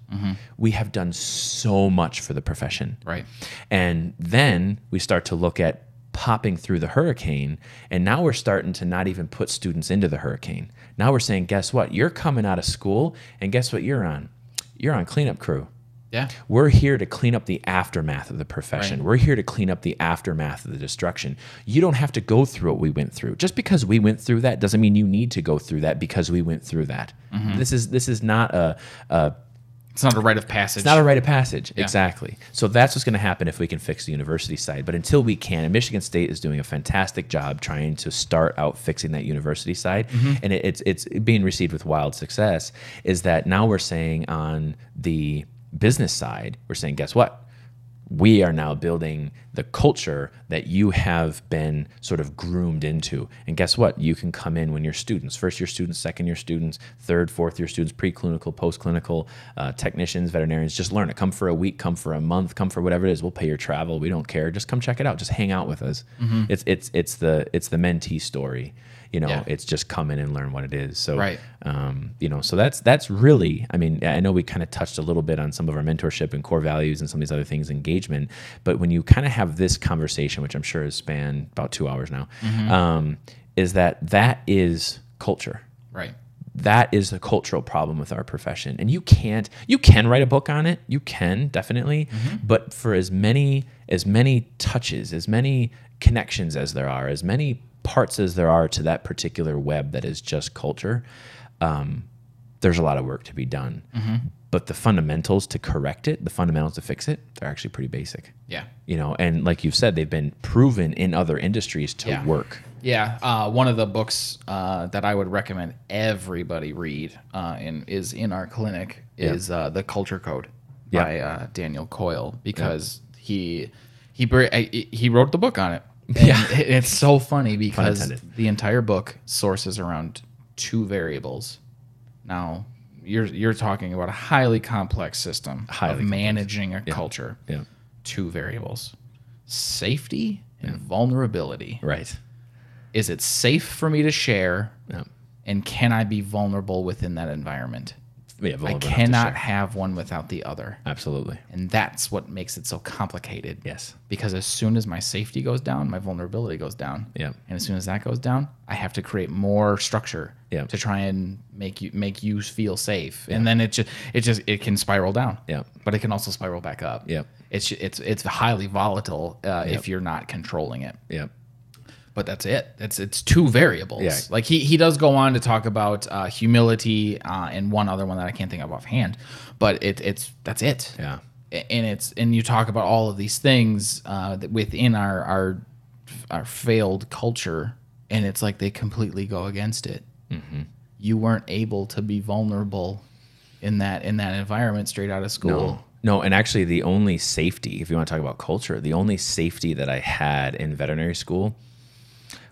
we have done so much for the profession Right. and then we start to look at popping through the hurricane. And now we're starting to not even put students into the hurricane. Now we're saying, guess what? You're coming out of school, and guess what you're on? You're on cleanup crew. Yeah. We're here to clean up the aftermath of the profession. We're here to clean up the aftermath of the destruction. You don't have to go through what we went through. Just because we went through that doesn't mean you need to go through that because we went through that. This is this is not a, a It's not a rite of passage. it's not a rite of passage. Exactly. So that's what's going to happen if we can fix the university side. But until we can, and Michigan State is doing a fantastic job trying to start out fixing that university side, and it, it's it's being received with wild success. Is that now we're saying on the business side, we're saying, guess what? we are now building the culture that you have been sort of groomed into. And guess what? You can come in when you're students, first year students, second year students, third, fourth year students, preclinical, postclinical, uh, technicians, veterinarians. Just learn it. Come for a week, come for a month, come for whatever it is. We'll pay your travel. We don't care. Just come check it out. Just hang out with us. It's it's it's the it's the mentee story. You know, Mm-hmm. Yeah. it's just come in and learn what it is. So Right. um, you know so that's that's really i mean i know we kind of touched a little bit on some of our mentorship and core values and some of these other things engagement but when you kind of have this conversation which i'm sure has spanned about two hours now um, is that that is culture right. that is the cultural problem with our profession and you can't you can write a book on it you can definitely Mm-hmm. but for as many as many touches as many connections as there are as many parts as there are to that particular web that is just culture um, there's a lot of work to be done. Mm-hmm. But the fundamentals to correct it, the fundamentals to fix it, they're actually pretty basic. Yeah. You know, and like you've said, they've been proven in other industries to Yeah. work. Yeah, uh, one of the books uh, that I would recommend everybody read uh, and is in our clinic Yeah. is uh, the Culture Code Yeah. by uh, Daniel Coyle because he he br- I- he wrote the book on it. yeah, it's so funny because intended. the entire book sources around two variables. Now you're you're talking about a highly complex system Highly of complex. managing a culture. Yeah. Two variables: safety and vulnerability Right. is it safe for me to share Yeah. and can i be vulnerable within that environment Yeah, i vulnerable enough to cannot share. have one without the other Absolutely. and that's what makes it so complicated Yes. because as soon as my safety goes down my vulnerability goes down Yeah. and as soon as that goes down i have to create more structure Yeah. to try and make you make you feel safe and then it just it just it can spiral down Yeah. but it can also spiral back up Yeah. it's it's it's highly volatile uh, if you're not controlling it Yeah. but that's it. It's it's two variables. Yeah. Like he he does go on to talk about uh, humility uh, and one other one that I can't think of offhand, but it it's that's it. Yeah. A- And it's and you talk about all of these things uh, that within our our our failed culture, and it's like they completely go against it. Mm-hmm. You weren't able to be vulnerable in that in that environment straight out of school. No, and actually, the only safety, if you want to talk about culture, the only safety that I had in veterinary school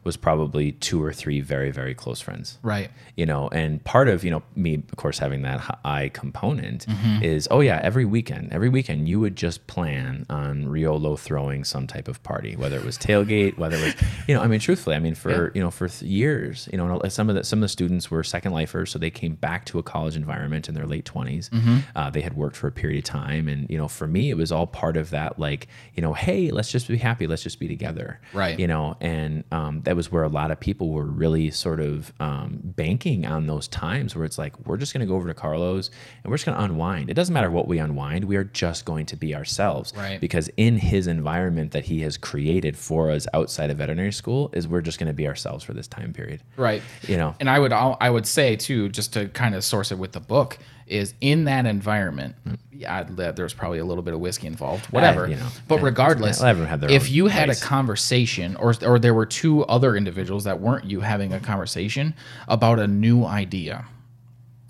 was probably two or three very very close friends Right. you know and part of you know me of course having that h- high component is oh yeah every weekend every weekend you would just plan on riolo throwing some type of party whether it was tailgate whether it was you know i mean truthfully i mean for you know for th- years you know and some of the some of the students were second lifers so they came back to a college environment in their late 20s uh, they had worked for a period of time and you know for me it was all part of that like you know hey let's just be happy let's just be together Right. you you know, and um, that was where a lot of people were really sort of um, banking on those times where it's like, we're just going to go over to Carlos and we're just going to unwind. It doesn't matter what we unwind, we are just going to be ourselves. Right. Because in his environment that he has created for us outside of veterinary school, is we're just going to be ourselves for this time period. Right. You know, And I would al- I would say too, just to kind of source it with the book, is in that environment. Yeah, I'd, let- there's probably a little bit of whiskey involved, whatever. Hmm. you know, but yeah, regardless, yeah, everyone had their if own you had place. a conversation, or or there were two other individuals that weren't you having a conversation about a new idea,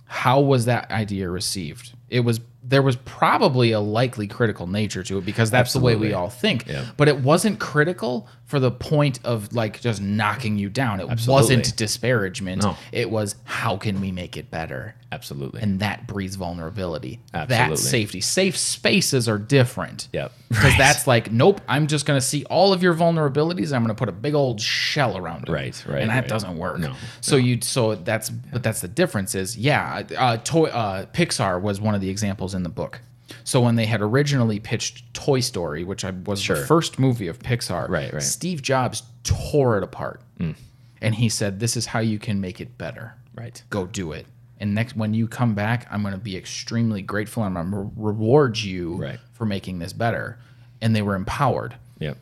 how was that idea received? It was there was probably a likely critical nature to it because that's the way Absolutely. we all think. Yeah. But it wasn't critical for the point of like just knocking you down. It Absolutely. wasn't disparagement. No. It was how can we make it better? absolutely. And that breeds vulnerability. Absolutely. That's safety. Safe spaces are different. Yep. Because that's like, nope, I'm just going to see all of your vulnerabilities. And I'm going to put a big old shell around it. Right, right, And that right. doesn't work. No, So you, so that's, but that's the difference is, yeah, uh, toy, uh, Pixar was one of the examples in the book. So when they had originally pitched Toy Story, which I was Sure. the first movie of Pixar, Right, Mm. right. Steve Jobs tore it apart, and he said, "This is how you can make it better." right. go do it. And next, when you come back, I'm going to be extremely grateful. and I'm going to reward you Right. for making this better. And they were empowered Yep.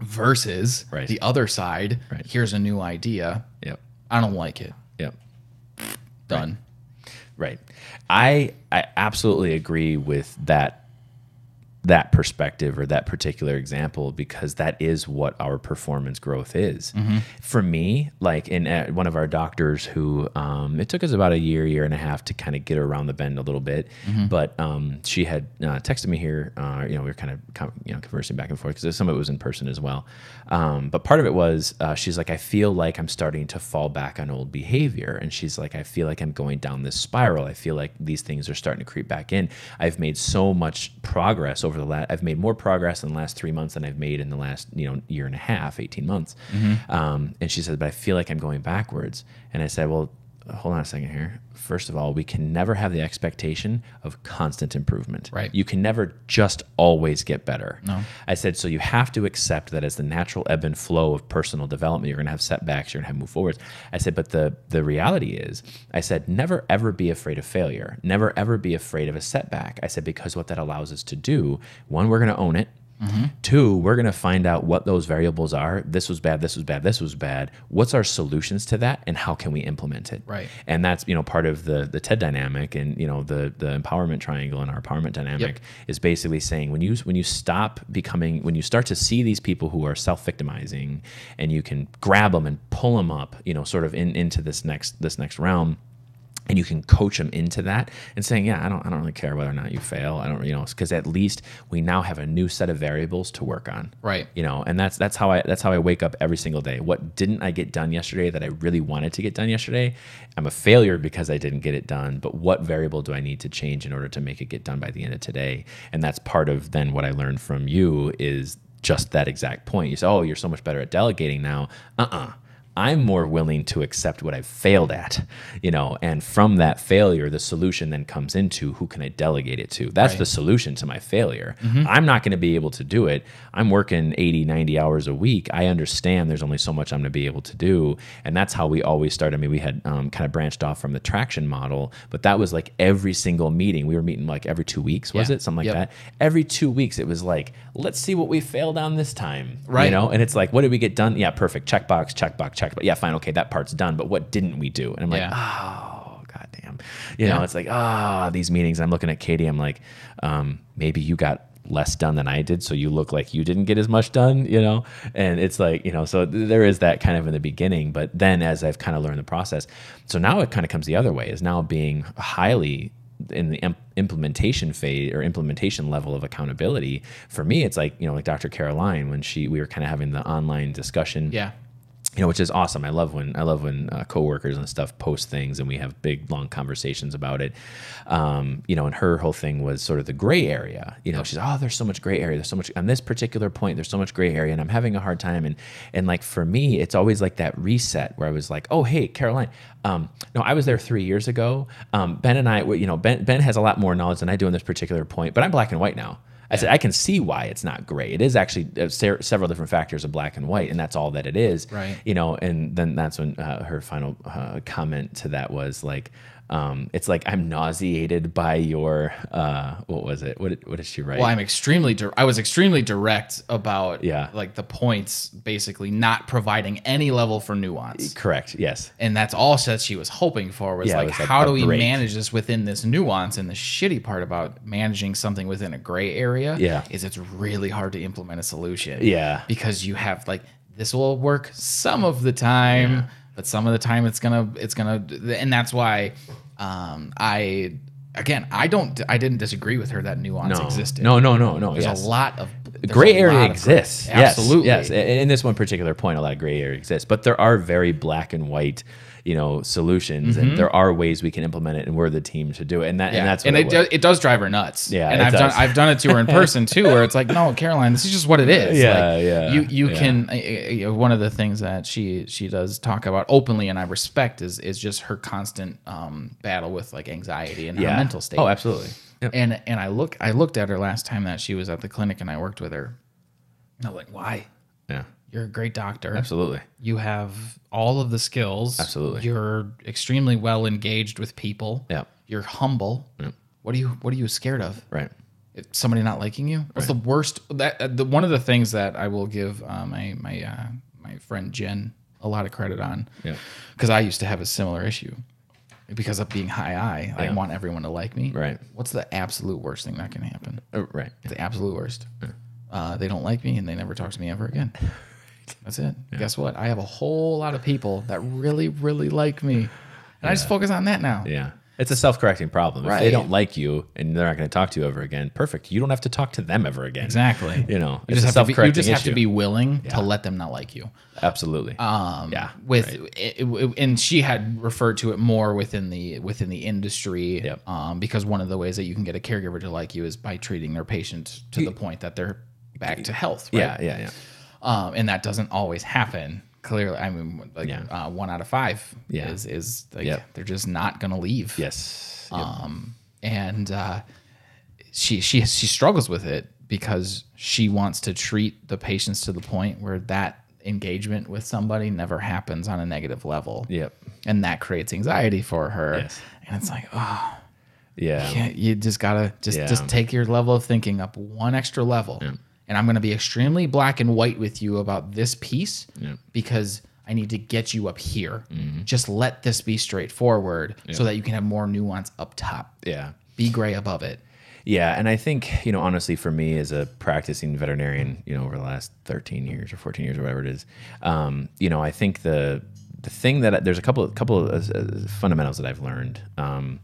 versus Right. the other side. Right. Here's a new idea. Yep. I don't like it. Yep. Done. Right. I I absolutely agree with that that perspective or that particular example because that is what our performance growth is. For me, like in uh, one of our doctors who um, it took us about a year, year and a half to kind of get her around the bend a little bit, but um, she had uh, texted me here. Uh, you know, we were kind of com- you know conversing back and forth because some of it was in person as well. Um, but part of it was uh, she's like, I feel like I'm starting to fall back on old behavior, and she's like, I feel like I'm going down this spiral. I feel like these things are starting to creep back in. I've made so much progress over the last. I've made more progress in the last three months than I've made in the last you know year and a half, eighteen months. Um, and she said, but I feel like I'm going backwards. And I said, well, hold on a second here. First of all, we can never have the expectation of constant improvement. Right. You can never just always get better. No. I said, so you have to accept that as the natural ebb and flow of personal development, you're gonna have setbacks, you're gonna have move forwards. I said, but the the reality is, I said, never ever be afraid of failure. Never ever be afraid of a setback. I said, because what that allows us to do, one, we're gonna own it. Two, we're going to find out what those variables are. This was bad, this was bad, this was bad. What's our solutions to that and how can we implement it? Right. And that's, you know, part of the the TED dynamic and, you know, the the empowerment triangle and our empowerment dynamic is basically saying when you when you stop becoming when you start to see these people who are self-victimizing and you can grab them and pull them up, you know, sort of in into this next this next realm and you can coach them into that and saying yeah i don't i don't really care whether or not you fail i don't you know because at least we now have a new set of variables to work on Right. you know and that's that's how i that's how i wake up every single day what didn't i get done yesterday that i really wanted to get done yesterday i'm a failure because i didn't get it done but what variable do i need to change in order to make it get done by the end of today and that's part of then what i learned from you is just that exact point you say oh you're so much better at delegating now uh-uh I'm more willing to accept what I've failed at, you know, and from that failure, the solution then comes into who can I delegate it to? That's the solution to my failure. Mm-hmm. I'm not going to be able to do it. I'm working 80, 90 hours a week. I understand there's only so much I'm going to be able to do. And that's how we always started. I mean, we had um, kind of branched off from the traction model, but that was like every single meeting. We were meeting like every two weeks, was Yeah. it? Something like Yep. that. Every two weeks, it was like, let's see what we failed on this time. You Right. know, and it's like, what did we get done? Yeah, perfect. Checkbox, checkbox, checkbox. Yeah, fine. Okay, that part's done. But what didn't we do? And I'm like, Yeah. oh, goddamn. You know, it's like, ah, these meetings. I'm looking at Katie. I'm like, um, maybe you got less done than I did. So you look like you didn't get as much done, you know? And it's like, you know, so th- there is that kind of in the beginning. But then as I've kind of learned the process, so now it kind of comes the other way is now being highly in the imp- implementation phase or implementation level of accountability for me it's like you know like dr caroline when she we were kind of having the online discussion Yeah. you know, which is awesome. I love when I love when uh, coworkers and stuff post things, and we have big, long conversations about it. Um, you know, and her whole thing was sort of the gray area. You know, she's oh, there's so much gray area. There's so much on this particular point. There's so much gray area, and I'm having a hard time. And and like for me, it's always like that reset where I was like, oh, hey, Caroline, um, no, I was there three years ago. Um, ben and I, you know, Ben Ben has a lot more knowledge than I do on this particular point, but I'm black and white now. I said, I can see why it's not gray. It is actually uh, ser- several different factors of black and white, and that's all that it is. Right. You know, and then that's when uh, her final uh, comment to that was like, um, it's like I'm nauseated by your uh, what was it? What did, what did she write? Well, I'm extremely. Di- I was extremely direct about Yeah. like the points, basically not providing any level for nuance, Correct. Yes. and that's all that she was hoping for was Yeah, it like, was like how a do we break. manage this within this nuance? And the shitty part about managing something within a gray area, Yeah. is it's really hard to implement a solution, Yeah. because you have like this will work some of the time but some of the time it's gonna it's gonna and that's why um i again i don't i didn't disagree with her that nuance No. existed No. No. No. No. there's yes. a lot of there's gray a area lot of exists. gray. Yes, absolutely Yes, In- In this one particular point, a lot of gray area exists, but there are very black and white, you know, solutions, and there are ways we can implement it, and we're the team to do it. And that, Mm-hmm. Yeah. and that's what and it it, does, was. it does drive her nuts. Yeah, and it I've does. done I've done it to her in person too, where it's like, no, Caroline, this is just what it is. Yeah, Like, yeah, You you yeah. can uh, uh, one of the things that she she does talk about openly, and I respect is is just her constant um, battle with like anxiety and her yeah. mental state. Oh, absolutely. Yep. And and I look I looked at her last time that she was at the clinic, and I worked with her. And I'm like, why? Yeah. You're a great doctor. Absolutely. You have all of the skills. Absolutely. You're extremely well engaged with people. Yep. You're humble. What are you What are you scared of? Right. If Somebody not liking you? What's the worst? That uh, the one of the things that I will give uh, my my uh, my friend Jen a lot of credit on. Yeah. Because I used to have a similar issue. Because of being high I, I Yeah. want everyone to like me. Right. What's the absolute worst thing that can happen? Uh, Right. the absolute worst. Uh, they don't like me and they never talk to me ever again. That's it. Guess what? I have a whole lot of people that really, really like me. And I just focus on that now. Yeah. It's a self-correcting problem. If they Right. don't like you and they're not going to talk to you ever again, perfect. You don't have to talk to them ever again. Exactly. You know, You it's just, a have to, be, you self-correcting just have to issue. be willing to let them not like you. Absolutely. Um, yeah. With it, it- and she had referred to it more within the within the industry, Yep. um, because one of the ways that you can get a caregiver to like you is by treating their patient to the point that they're back to health. Right? Yeah. Yeah. Yeah. um, and that doesn't always happen. Clearly, I mean, like Yeah. uh, one out of five Yeah. is is like Yep. they're just not gonna leave. Yes. Yep. Um, and uh, she she she struggles with it because she wants to treat the patients to the point where that engagement with somebody never happens on a negative level. Yep. and that creates anxiety for her. Yes. And it's like, oh, Yeah. yeah, you just gotta just Yeah. just take your level of thinking up one extra level. And I'm gonna be extremely black and white with you about this piece because I need to get you up here. Mm-hmm. Just let this be straightforward so that you can have more nuance up top. Yeah. Be gray above it. Yeah, and I think you know, honestly, for me as a practicing veterinarian, you know, over the last thirteen years or fourteen years or whatever it is, um, you know, I think the the thing that there's a couple of couple of uh, fundamentals that I've learned. Um,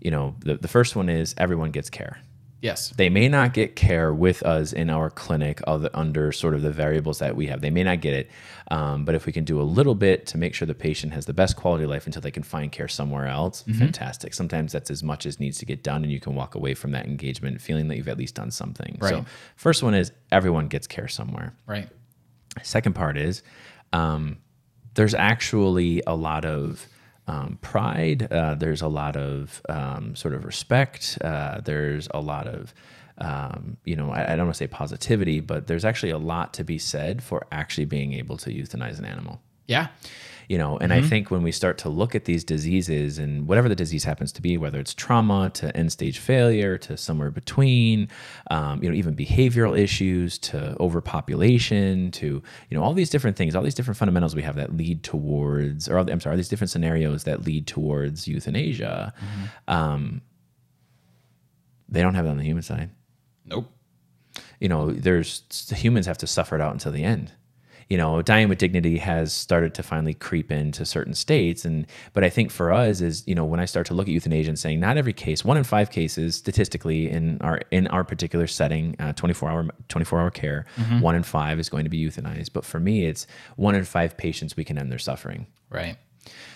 you know, the, the first one is everyone gets care Yes. they may not get care with us in our clinic other, under sort of the variables that we have. They may not get it, um, but if we can do a little bit to make sure the patient has the best quality of life until they can find care somewhere else, fantastic. Sometimes that's as much as needs to get done, and you can walk away from that engagement feeling that you've at least done something. So, Right. first one is everyone gets care somewhere. Right. Second part is um, there's actually a lot of um, pride. Uh, there's a lot of um, sort of respect. Uh, there's a lot of, um, you know, I, I don't want to say positivity, but there's actually a lot to be said for actually being able to euthanize an animal Yeah. you know and i think when we start to look at these diseases and whatever the disease happens to be whether it's trauma to end stage failure to somewhere between um, you know even behavioral issues to overpopulation to you know all these different things all these different fundamentals we have that lead towards or all the- i'm sorry all these different scenarios that lead towards euthanasia um, they don't have it on the human side Nope. you know, there's humans have to suffer it out until the end. you know, dying with dignity has started to finally creep into certain states. And but I think for us is, you know, when I start to look at euthanasia and saying not every case, one in five cases statistically in our in our particular setting, uh, 24 hour 24 hour care, Mm-hmm. one in five is going to be euthanized. But for me, it's one in five patients we can end their suffering. Right.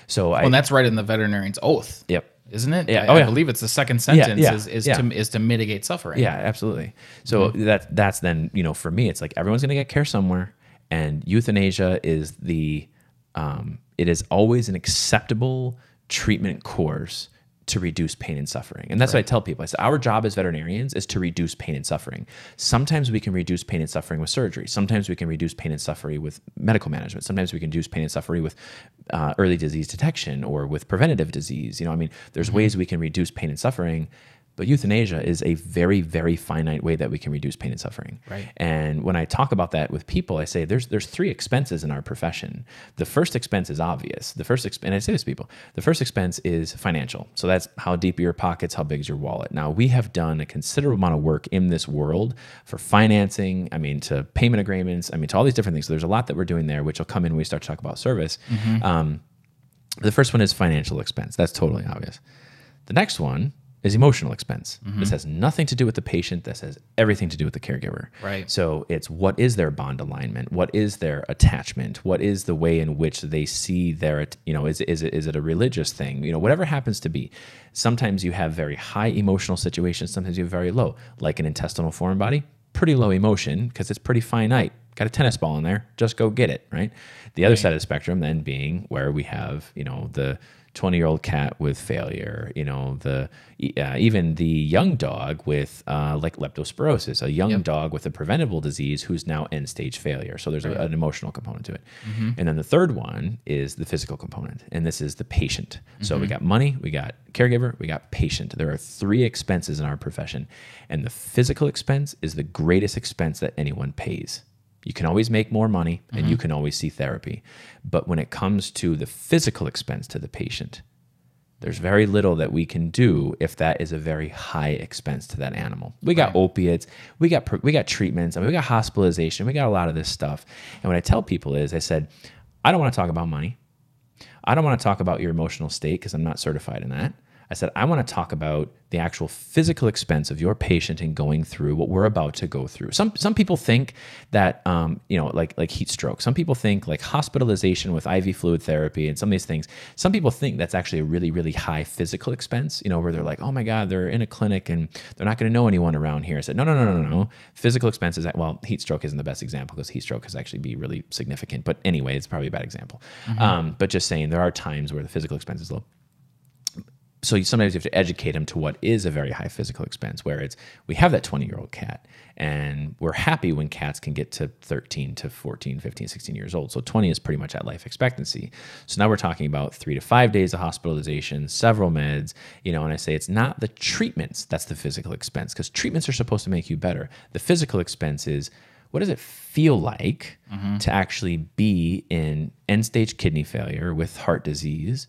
So I Well, and that's right in the veterinarian's oath. yep. Isn't it? Yeah. I, Oh, I yeah. believe it's the second sentence yeah, is, is yeah. to is to mitigate suffering. Yeah, absolutely. So that that's then you know for me it's like everyone's gonna get care somewhere, and euthanasia is the um, it is always an acceptable treatment course to reduce pain and suffering, and that's what I tell people. I say our job as veterinarians is to reduce pain and suffering. Sometimes we can reduce pain and suffering with surgery. Sometimes we can reduce pain and suffering with medical management. Sometimes we can reduce pain and suffering with uh, early disease detection or with preventative disease. You know, I mean, there's ways we can reduce pain and suffering. But euthanasia is a very, very finite way that we can reduce pain and suffering. Right. And when I talk about that with people, I say there's there's three expenses in our profession. The first expense is obvious. The first expense, and I say this to people, the first expense is financial. So that's how deep are your pockets, how big is your wallet. Now we have done a considerable amount of work in this world for financing. I mean, to payment agreements. I mean, to all these different things. So there's a lot that we're doing there, which will come in when we start to talk about service. Um, the first one is financial expense. That's totally obvious. The next one is emotional expense. This has nothing to do with the patient. This has everything to do with the caregiver. Right. So it's what is their bond alignment? What is their attachment? What is the way in which they see their, at- you know, is, is, it, is it a religious thing? You know, whatever happens to be. Sometimes you have very high emotional situations, sometimes you have very low, like an intestinal foreign body, pretty low emotion because it's pretty finite. Got a tennis ball in there, just go get it, right? The other side of the spectrum then being where we have, you know, the 20 year old cat with failure, you know, the e- uh, even the young dog with uh, like leptospirosis, a young dog with a preventable disease who's now end stage failure. So there's a, an emotional component to it. And then the third one is the physical component, and this is the patient. So we got money, we got caregiver, we got patient. There are three expenses in our profession, and the physical expense is the greatest expense that anyone pays. You can always make more money and you can always see therapy. But when it comes to the physical expense to the patient, there's very little that we can do if that is a very high expense to that animal. We got opiates, we got pr- we got treatments, I mean, we got hospitalization, we got a lot of this stuff. And what I tell people is, I said, I don't want to talk about money. I don't want to talk about your emotional state because I'm not certified in that. I said, I want to talk about the actual physical expense of your patient in going through what we're about to go through. Some some people think that um, you know, like like heat stroke. Some people think like hospitalization with IV fluid therapy and some of these things. Some people think that's actually a really, really high physical expense, you know, where they're like, oh my God, they're in a clinic and they're not gonna know anyone around here. I said, no, no, no, no, no, no. Physical expenses well, heat stroke isn't the best example because heat stroke has actually be really significant. But anyway, it's probably a bad example. Um, but just saying there are times where the physical expense is low so you, sometimes you have to educate them to what is a very high physical expense where it's we have that 20 year old cat and we're happy when cats can get to 13 to 14 15 16 years old so 20 is pretty much at life expectancy so now we're talking about three to five days of hospitalization several meds you know and i say it's not the treatments that's the physical expense because treatments are supposed to make you better the physical expense is what does it feel like to actually be in end stage kidney failure with heart disease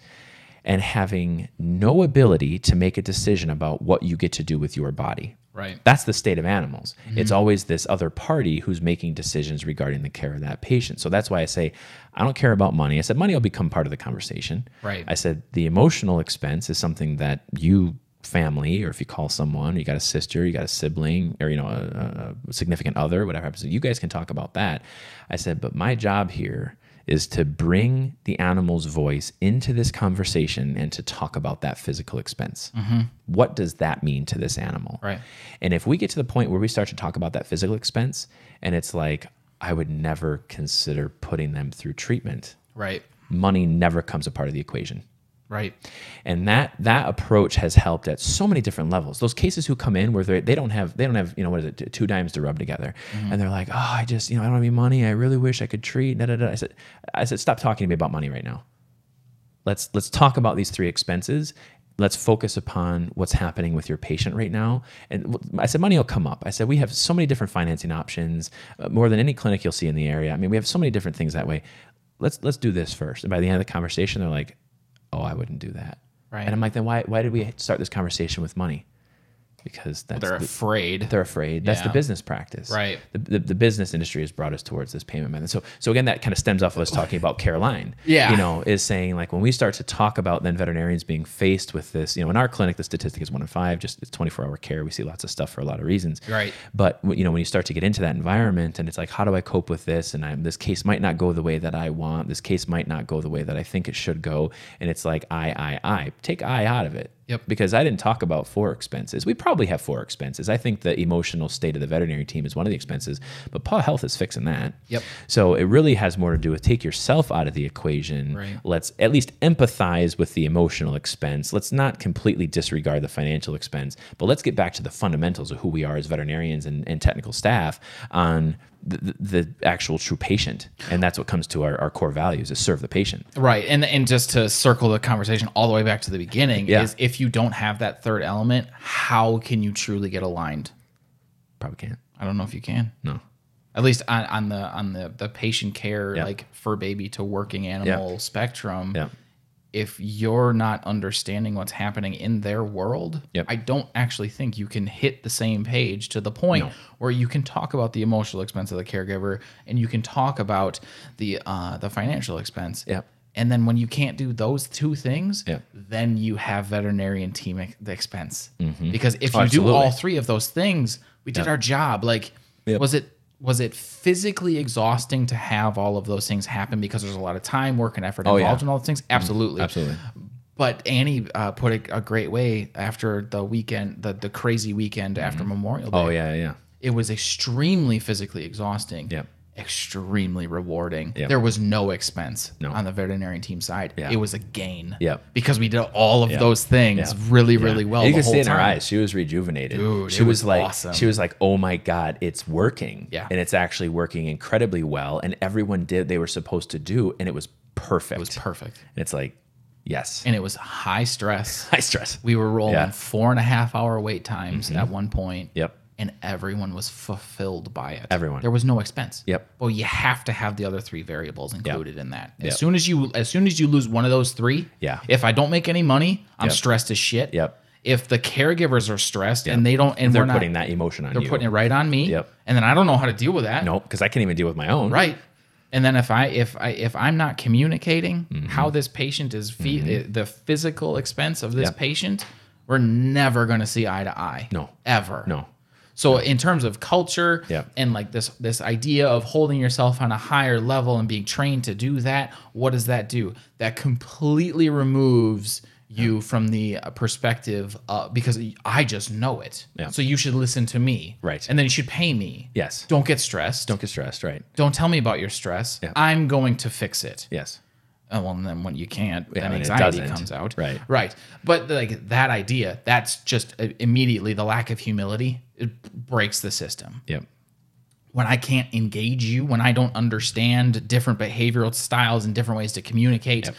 and having no ability to make a decision about what you get to do with your body. Right. Mm-hmm. That's the state of animals. It's always this other party who's making decisions regarding the care of that patient. So that's why I say, I don't care about money. I said, money will become part of the conversation. Right. I said, the emotional expense is something that you, family, or if you call someone, you got a sister, you got a sibling, or, you know, a, a significant other, whatever happens, you guys can talk about that. I said, but my job here is to bring the animal's voice into this conversation and to talk about that physical expense. What does that mean to this animal? Right. And if we get to the point where we start to talk about that physical expense and it's like, I would never consider putting them through treatment, Right. money never comes a part of the equation. Right. And that that approach has helped at so many different levels. Those cases who come in where they they don't have they don't have you know what is it t- two dimes to rub together, and they're like, oh, I just you know I don't have any money. I really wish I could treat. Da, da, da. I said I said stop talking to me about money right now. Let's let's talk about these three expenses. Let's focus upon what's happening with your patient right now. And w- I said, money will come up. I said, we have so many different financing options, uh, more than any clinic you'll see in the area. I mean, we have so many different things that way. Let's let's do this first. And by the end of the conversation, they're like, oh, I wouldn't do that. Right. And I'm like, then why why did we start this conversation with money? because that's They're the- afraid. they're afraid. That's the Yeah. business practice. Right. The, the, the business industry has brought us towards this payment method. So, so again, that kind of stems off of us talking about Caroline. Yeah. You know, is saying like when we start to talk about then veterinarians being faced with this, you know, in our clinic, the statistic is one in five, just it's 24 hour care. We see lots of stuff for a lot of reasons. Right. But, you know, when you start to get into that environment and it's like, how do I cope with this? And I'm, this case might not go the way that I want. This case might not go the way that I think it should go. And it's like, I, I, I. Take I out of it. Yep. Because I didn't talk about four expenses. We probably have four expenses. I think the emotional state of the veterinary team is one of the expenses, but paw health is fixing that. Yep. So it really has more to do with take yourself out of the equation. Right. Let's at least empathize with the emotional expense. Let's not completely disregard the financial expense, but let's get back to the fundamentals of who we are as veterinarians and, and technical staff on the, the the actual true patient. And that's what comes to our, our core values is serve the patient. Right. And and just to circle the conversation all the way back to the beginning Yeah. is if you don't have that third element, how can you truly get aligned? Probably can't. I don't know if you can. No. At least on, on the on the, the patient care Yeah. like fur baby to working animal spectrum. Yeah. If you're not understanding what's happening in their world, Yep. I don't actually think you can hit the same page to the point No. where you can talk about the emotional expense of the caregiver and you can talk about the uh, the financial expense. Yep. And then when you can't do those two things, Yeah. then you have veterinarian team ex- the expense. Because if Oh, you do absolutely. all three of those things, we did our job. Like Yep. was it was it physically exhausting to have all of those things happen because there's a lot of time, work, and effort Oh, involved yeah. in all those things? Absolutely. Absolutely. But Annie uh, put it a great way after the weekend, the, the crazy weekend after Memorial Day. Oh yeah, yeah. It was extremely physically exhausting. Yep. Extremely rewarding. Yep. There was no expense No. on the veterinarian team side. Yeah. It was a gain. Yep. Because we did all of those things Yeah. really, Yeah. really well. You the could whole see it in her time. eyes. She was rejuvenated. Dude, she it was, was like, awesome. she was like, oh my god, it's working. Yeah. and it's actually working incredibly well. And everyone did what they were supposed to do, and it was perfect. It was perfect. And it's like, yes, And it was high stress. high stress. We were rolling Yeah. Mm-hmm. four and a half hour wait times at one point. Yep. And everyone was fulfilled by it. Everyone. There was no expense. Yep. Well, you have to have the other three variables included in that. As Yep. soon as you as soon as you lose one of those three, Yeah. If I don't make any money, I'm Yep. stressed as shit. Yep. If the caregivers are stressed and they don't and they're we're not, putting that emotion on they're you. putting it right on me. Yep. And then I don't know how to deal with that. no, because I can't even deal with my own. Right. And then if I if I if I'm not communicating Mm-hmm. how this patient is fe- eh, the physical expense of this Yep. patient, we're never going to see eye to eye. No. Ever. No. So in terms of culture Yep. and like this this idea of holding yourself on a higher level and being trained to do that, what does that do? That completely removes you from the uh, perspective uh, because I just know it. Yeah. So you should listen to me. Right. And then you should pay me. Yes. Don't get stressed Don't get stressed. Right. don't tell me about your stress. Yeah. I'm going to fix it. Yes. Oh, well, and then when you can't, and then it anxiety doesn't. comes out. Right. Right. But like that idea, that's just uh, immediately the lack of humility. It breaks the system. Yep. When I can't engage you, when I don't understand different behavioral styles and different ways to communicate,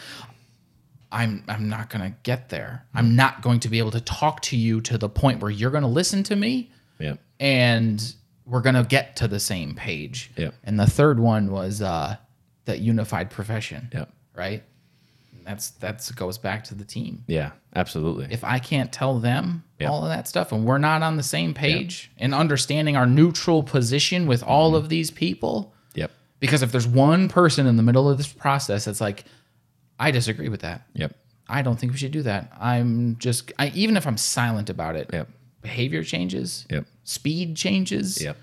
I'm I'm not going to get there. I'm not going to be able to talk to you to the point where you're going to listen to me Yep. and we're gonna get to the same page. Yep. And the third one was uh, that unified profession. Yep. Right. And That's that's goes back to the team. Yeah. Absolutely. If I can't tell them Yep. all of that stuff, and we're not on the same page and understanding our neutral position with all of these people, yep. because if there's one person in the middle of this process that's like, I disagree with that. Yep. I don't think we should do that. I'm just I, even if I'm silent about it. Yep. Behavior changes. Yep. Speed changes Yep.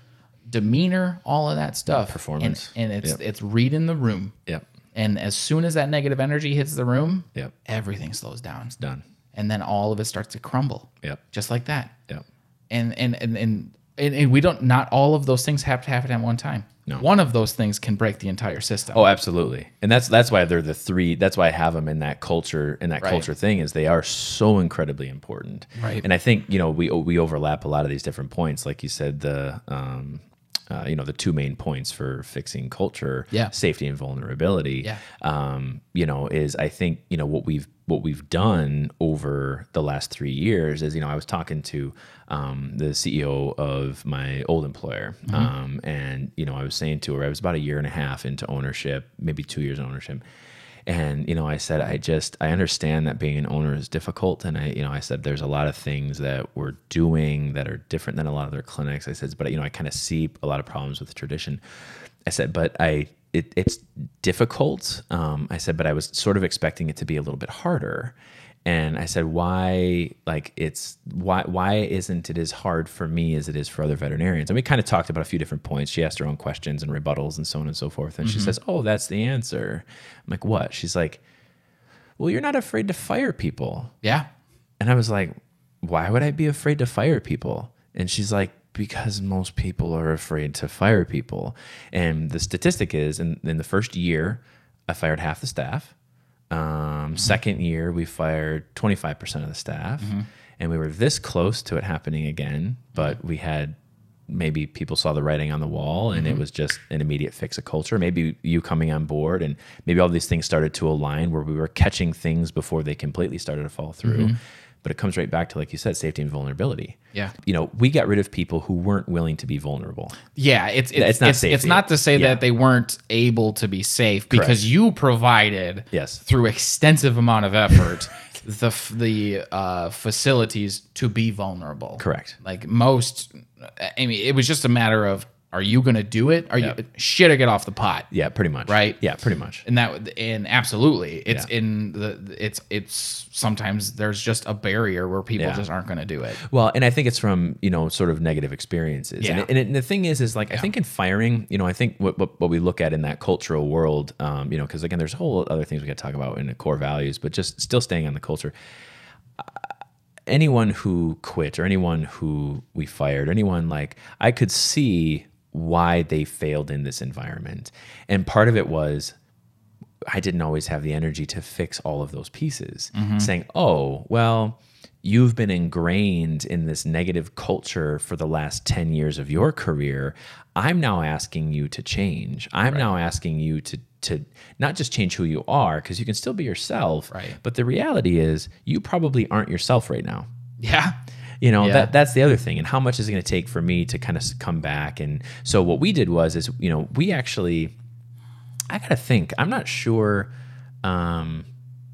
demeanor, all of that stuff, Performance. and, and it's Yep. it's reading the room. Yep. And as soon as that negative energy hits the room, Yep. everything slows down, Done. and then all of it starts to crumble, Yep. just like that. Yep. And and and and. And, and we don't. Not all of those things have to happen at one time. No. One of those things can break the entire system. Oh, absolutely, and that's that's why they're the three. That's why I have them in that culture in that Right. culture thing is they are so incredibly important. Right. And I think you know we we overlap a lot of these different points, like you said the. Um, uh, you know the two main points for fixing culture, Yeah. safety and vulnerability. Yeah. Um, you know, is I think you know what we've what we've done over the last three years is you know I was talking to um, the CEO of my old employer, um, and you know I was saying to her I was about a year and a half into ownership, maybe two years in ownership, And you know, I said I just I understand that being an owner is difficult, and I you know I said there's a lot of things that we're doing that are different than a lot of other clinics. I said, but you know, I kind of see a lot of problems with tradition. I said, but I it, it's difficult. Um, I said, but I was sort of expecting it to be a little bit harder. And I said, why like it's why why isn't it as hard for me as it is for other veterinarians? And we kind of talked about a few different points. She asked her own questions and rebuttals and so on and so forth. And she says, Oh, that's the answer. I'm like, what? She's like, Well, you're not afraid to fire people. Yeah. And I was like, why would I be afraid to fire people? And she's like, because most people are afraid to fire people. And the statistic is in, in the first year, I fired half the staff. Um, second year, we fired 25% of the staff. Mm-hmm. And we were this close to it happening again, but we had maybe people saw the writing on the wall and Mm-hmm. it was just an immediate fix of culture maybe you coming on board and maybe all these things started to align where we were catching things before they completely started to fall through but it comes right back to like you said safety and vulnerability Mm-hmm. Yeah. you know we got rid of people who weren't willing to be vulnerable Yeah, it's it's, It's not it's, safe it's yet. not to say Yeah. that they weren't able to be safe because Correct. you provided Yes. through extensive amount of effort the f- the uh, facilities to be vulnerable. Correct. Like most, I mean, it was just a matter of are you going to do it? Are you shit or get off the pot? yeah pretty much Right. yeah pretty much and that and absolutely it's Yeah. in the it's it's sometimes there's just a barrier where people Yeah. just aren't going to do it Well, and I think it's from you know sort of negative experiences. And, Yeah. it- and, it- and the thing is, is like I think in firing, you know, I think what what, what we look at in that cultural world, um, you know, because again, there's whole other things we got to talk about in the core values, but just still staying on the culture. Uh, Anyone who quit or anyone who we fired, anyone like I could see why they failed in this environment, and part of it was I didn't always have the energy to fix all of those pieces. Saying, oh, well, you've been ingrained in this negative culture for the last 10 years of your career. I'm now asking you to change. I'm now asking you to to not just change who you are because you can still be yourself Right. but the reality is you probably aren't yourself right now yeah you know Yeah. that that's the other thing and how much is it going to take for me to kind of come back and so what we did was is you know we actually i gotta think i'm not sure um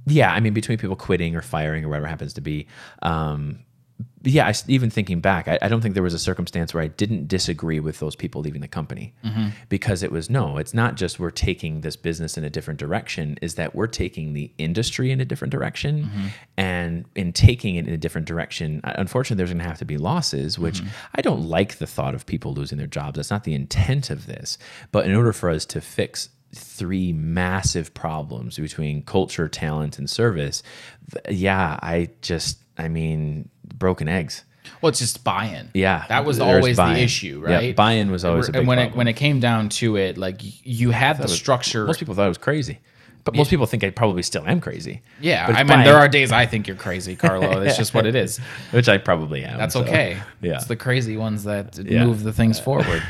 yeah i mean between people quitting or firing or whatever it happens to be um yeah, I s even thinking back, I, I don't think there was a circumstance where I didn't disagree with those people leaving the company because it was no, it's not just we're taking this business in a different direction, is that we're taking the industry in a different direction. And in taking it in a different direction, uh, unfortunately, there's going to have to be losses, which I don't like the thought of people losing their jobs. That's not the intent of this. But in order for us to fix three massive problems between culture, talent, and service, th- yeah, I just, I mean, broken eggs. well it's just buy-in Yeah, that was there's always the buy-in. issue Yeah, right buy-in was always a big and when it problem. when it came down to it like y- you had the structure Most people thought I was crazy, but most people think I probably still am crazy. yeah but it's i mean buy-in. there are days i think you're crazy carlo it's just what it is which I probably am. That's so, okay. Yeah, It's the crazy ones that Yeah. move the things forward.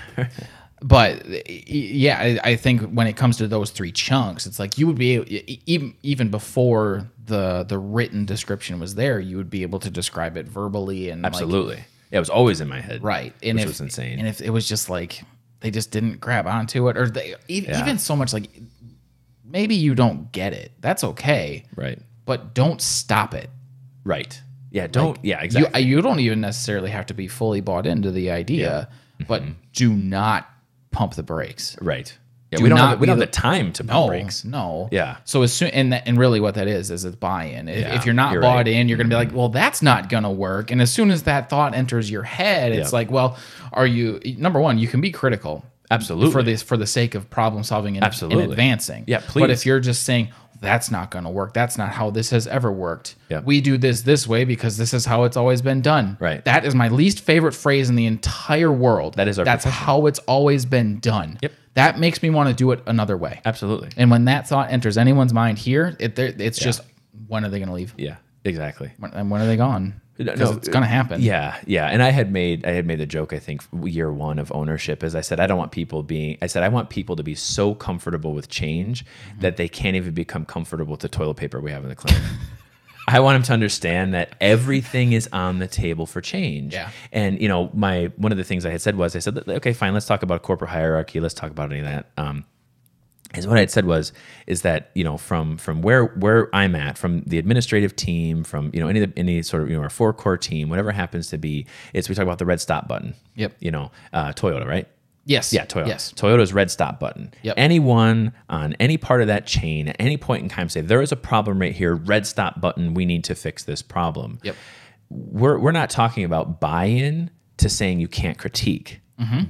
but y- y- yeah, I, I think when it comes to those three chunks, it's like you would be a- e- even even before the the written description was there, you would be able to describe it verbally and like, absolutely. yeah, it was always in my head. right. And which if, was insane. And if it was just like they just didn't grab onto it, or they e- Yeah. even so much like maybe you don't get it. That's okay, right. but don't stop it. Right. Yeah. Don't. yeah. Exactly. You, you don't even necessarily have to be fully bought into the idea, but Mm-hmm. do not pump the brakes. right. Yeah. do we don't. not Have, we be don't the- have the time to pump No, brakes. no. Yeah. So as soon and that, and really what that is is a buy-in. If, Yeah, if you're not you're bought right. Mm-hmm. in, you're going to be like, well, that's not going to work. And as soon as that thought enters your head, it's Yep. like, well, are you number one? You can be critical. Absolutely. for this for the sake of problem solving and, and Absolutely. advancing. Yeah, But please. if you're just saying that's not going to work, that's not how this has ever worked. Yeah. We do this this way because this is how it's always been done. Right. That is my least favorite phrase in the entire world. That is our That's profession. how it's always been done. Yep. That makes me want to do it another way. Absolutely. And when that thought enters anyone's mind here, it, there- it's just when are they going to leave? Yeah. Exactly. When, and when are they gone? No, Because no, it's going to happen. Yeah, yeah. And I had made I had made the joke I think year one of ownership is I said I don't want people being I said I want people to be so comfortable with change Mm-hmm. that they can't even become comfortable with the toilet paper we have in the clinic. I want them to understand that everything is on the table for change. Yeah. And you know, my one of the things I had said was I said okay, fine, let's talk about corporate hierarchy. Let's talk about any of that. Um, is what I had said was is that you know from from where where I'm at from the administrative team from you know any of the, any sort of you know our four core team whatever it happens to be it's we talk about the red stop button Yep. you know uh, Toyota right Yes. yeah Toyota Yes. Toyota's red stop button Yep. anyone on any part of that chain at any point in time say there is a problem right here red stop button we need to fix this problem Yep. we're we're not talking about buy-in to saying you can't critique.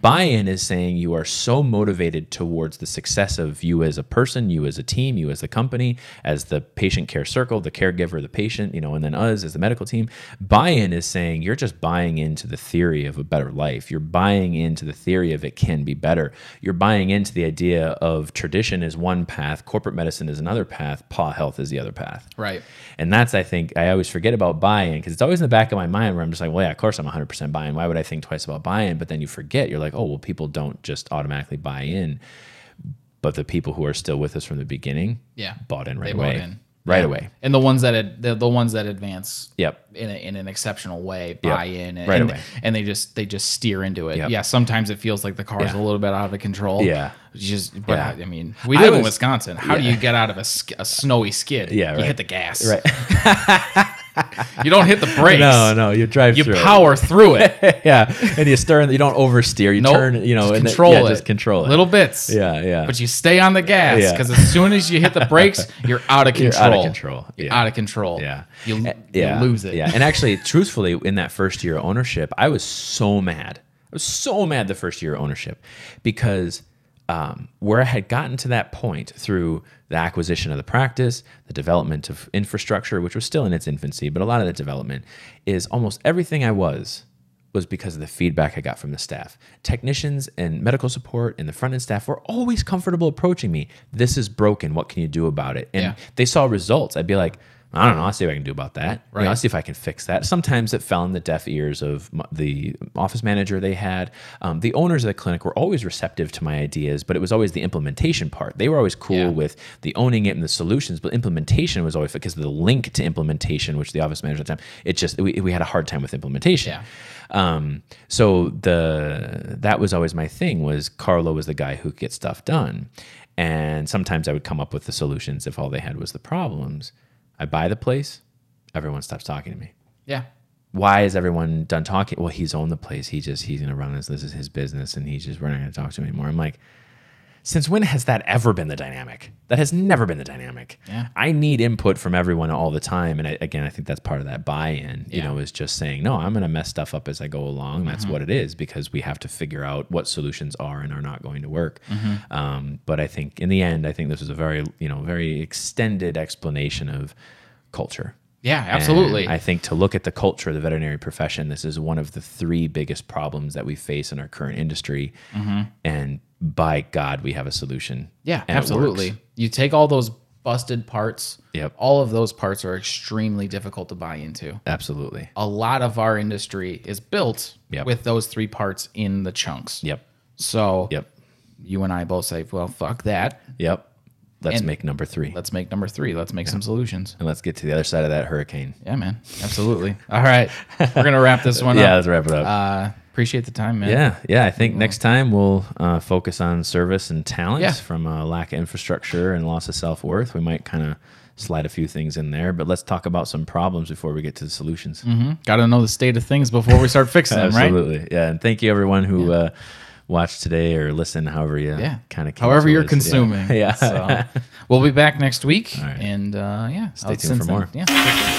Buy-in is saying you are so motivated towards the success of you as a person, you as a team, you as the company, as the patient care circle, the caregiver, the patient, you know, and then us as the medical team. Buy-in is saying you're just buying into the theory of a better life. You're buying into the theory of it can be better. You're buying into the idea of tradition is one path, corporate medicine is another path, paw health is the other path. Right. And that's, I think, I always forget about buy-in because it's always in the back of my mind where I'm just like, well, yeah, of course I'm 100% buy-in. Why would I think twice about buy-in? But then you forget. You're like, oh, well, people don't just automatically buy in. But the people who are still with us from the beginning Yeah. bought in right They bought away. in. Right away. And the ones that ad, the, the ones that advance Yep. in, a, in an exceptional way buy in and, Right and, away. and they just they just steer into it. Yep. Yeah, sometimes it feels like the car's Yeah. a little bit out of control. Yeah. It's just but Yeah. I mean, we I live in was- Wisconsin. How do Yeah. you get out of a, sk- a snowy skid? Yeah, you right. hit the gas. Right. You don't hit the brakes. no, no, you drive You through. it. power through it. yeah. And you stir, you don't oversteer. You No, turn, you know, just and then- control yeah, it. Just control it. Little bits. Yeah, yeah. But you stay on the gas Yeah. because as soon as you hit the brakes, you're out of You're control. out of control. You're Yeah. out of control. Yeah. You, Eh, you lose it. Yeah. And actually, truthfully, in that first year of ownership, I was so mad. I was so mad the first year of ownership because um, where I had gotten to that point through the acquisition of the practice, the development of infrastructure, which was still in its infancy, but a lot of the development is almost everything I was was because of the feedback I got from the staff. Technicians and medical support and the front end staff were always comfortable approaching me. This is broken. What can you do about it? And Yeah. they saw results. I'd be like, I don't know. I'll see what I can do about that. Right. Right. I'll see if I can fix that. Sometimes it fell in the deaf ears of m- the office manager they had. Um, the owners of the clinic were always receptive to my ideas, but it was always the implementation part. They were always cool Yeah. with the owning it and the solutions, but implementation was always because of the link to implementation, which the office manager at the time, it just, we, we had a hard time with implementation. Yeah. Um, so the that was always my thing was Carlo was the guy who could get stuff done, and sometimes I would come up with the solutions if all they had was the problems. I buy the place, everyone stops talking to me. Yeah. Why is everyone done talking? Well, he's owned the place. He just he's gonna run this. This is his business, and he's just we're not gonna talk to him anymore. I'm like, since when has that ever been the dynamic? That has never been the dynamic. Yeah. I need input from everyone all the time. And I, again, I think that's part of that buy in, you Yeah. Mm-hmm. know, is just saying, no, I'm going to mess stuff up as I go along. That's what it is because we have to figure out what solutions are and are not going to work. Mm-hmm. Um, but I think in the end, I think this was a very, you know, very extended explanation of culture. Yeah, And absolutely. I think to look at the culture of the veterinary profession, this is one of the three biggest problems that we face in our current industry. And by God, we have a solution. Mm-hmm. Yeah, And it absolutely. works. You take all those busted parts. Yep. All of those parts are extremely difficult to buy into. Absolutely. A lot of our industry is built Yep. with those three parts in the chunks. Yep. So Yep. you and I both say, well, fuck that. Yep. Let's And- make number three. Let's make number three. Let's make some solutions. and let's get to the other side of that hurricane. Yeah, man. Absolutely. all right. We're going to wrap this one Yeah, up. let's wrap it up. Uh, appreciate the time, man. yeah, yeah. I think next time we'll uh, focus on service and talent Yeah. from uh, lack of infrastructure and loss of self worth. We might kind of slide a few things in there, but let's talk about some problems before we get to the solutions. Got to Mm-hmm. know the state of things before we start fixing them, right? Absolutely. Yeah. And thank you everyone who uh, watched today or listened, however you Yeah. kind of However you're consuming. Yeah. yeah. So we'll be back next week. right. And uh, yeah. Stay tuned for more. Yeah.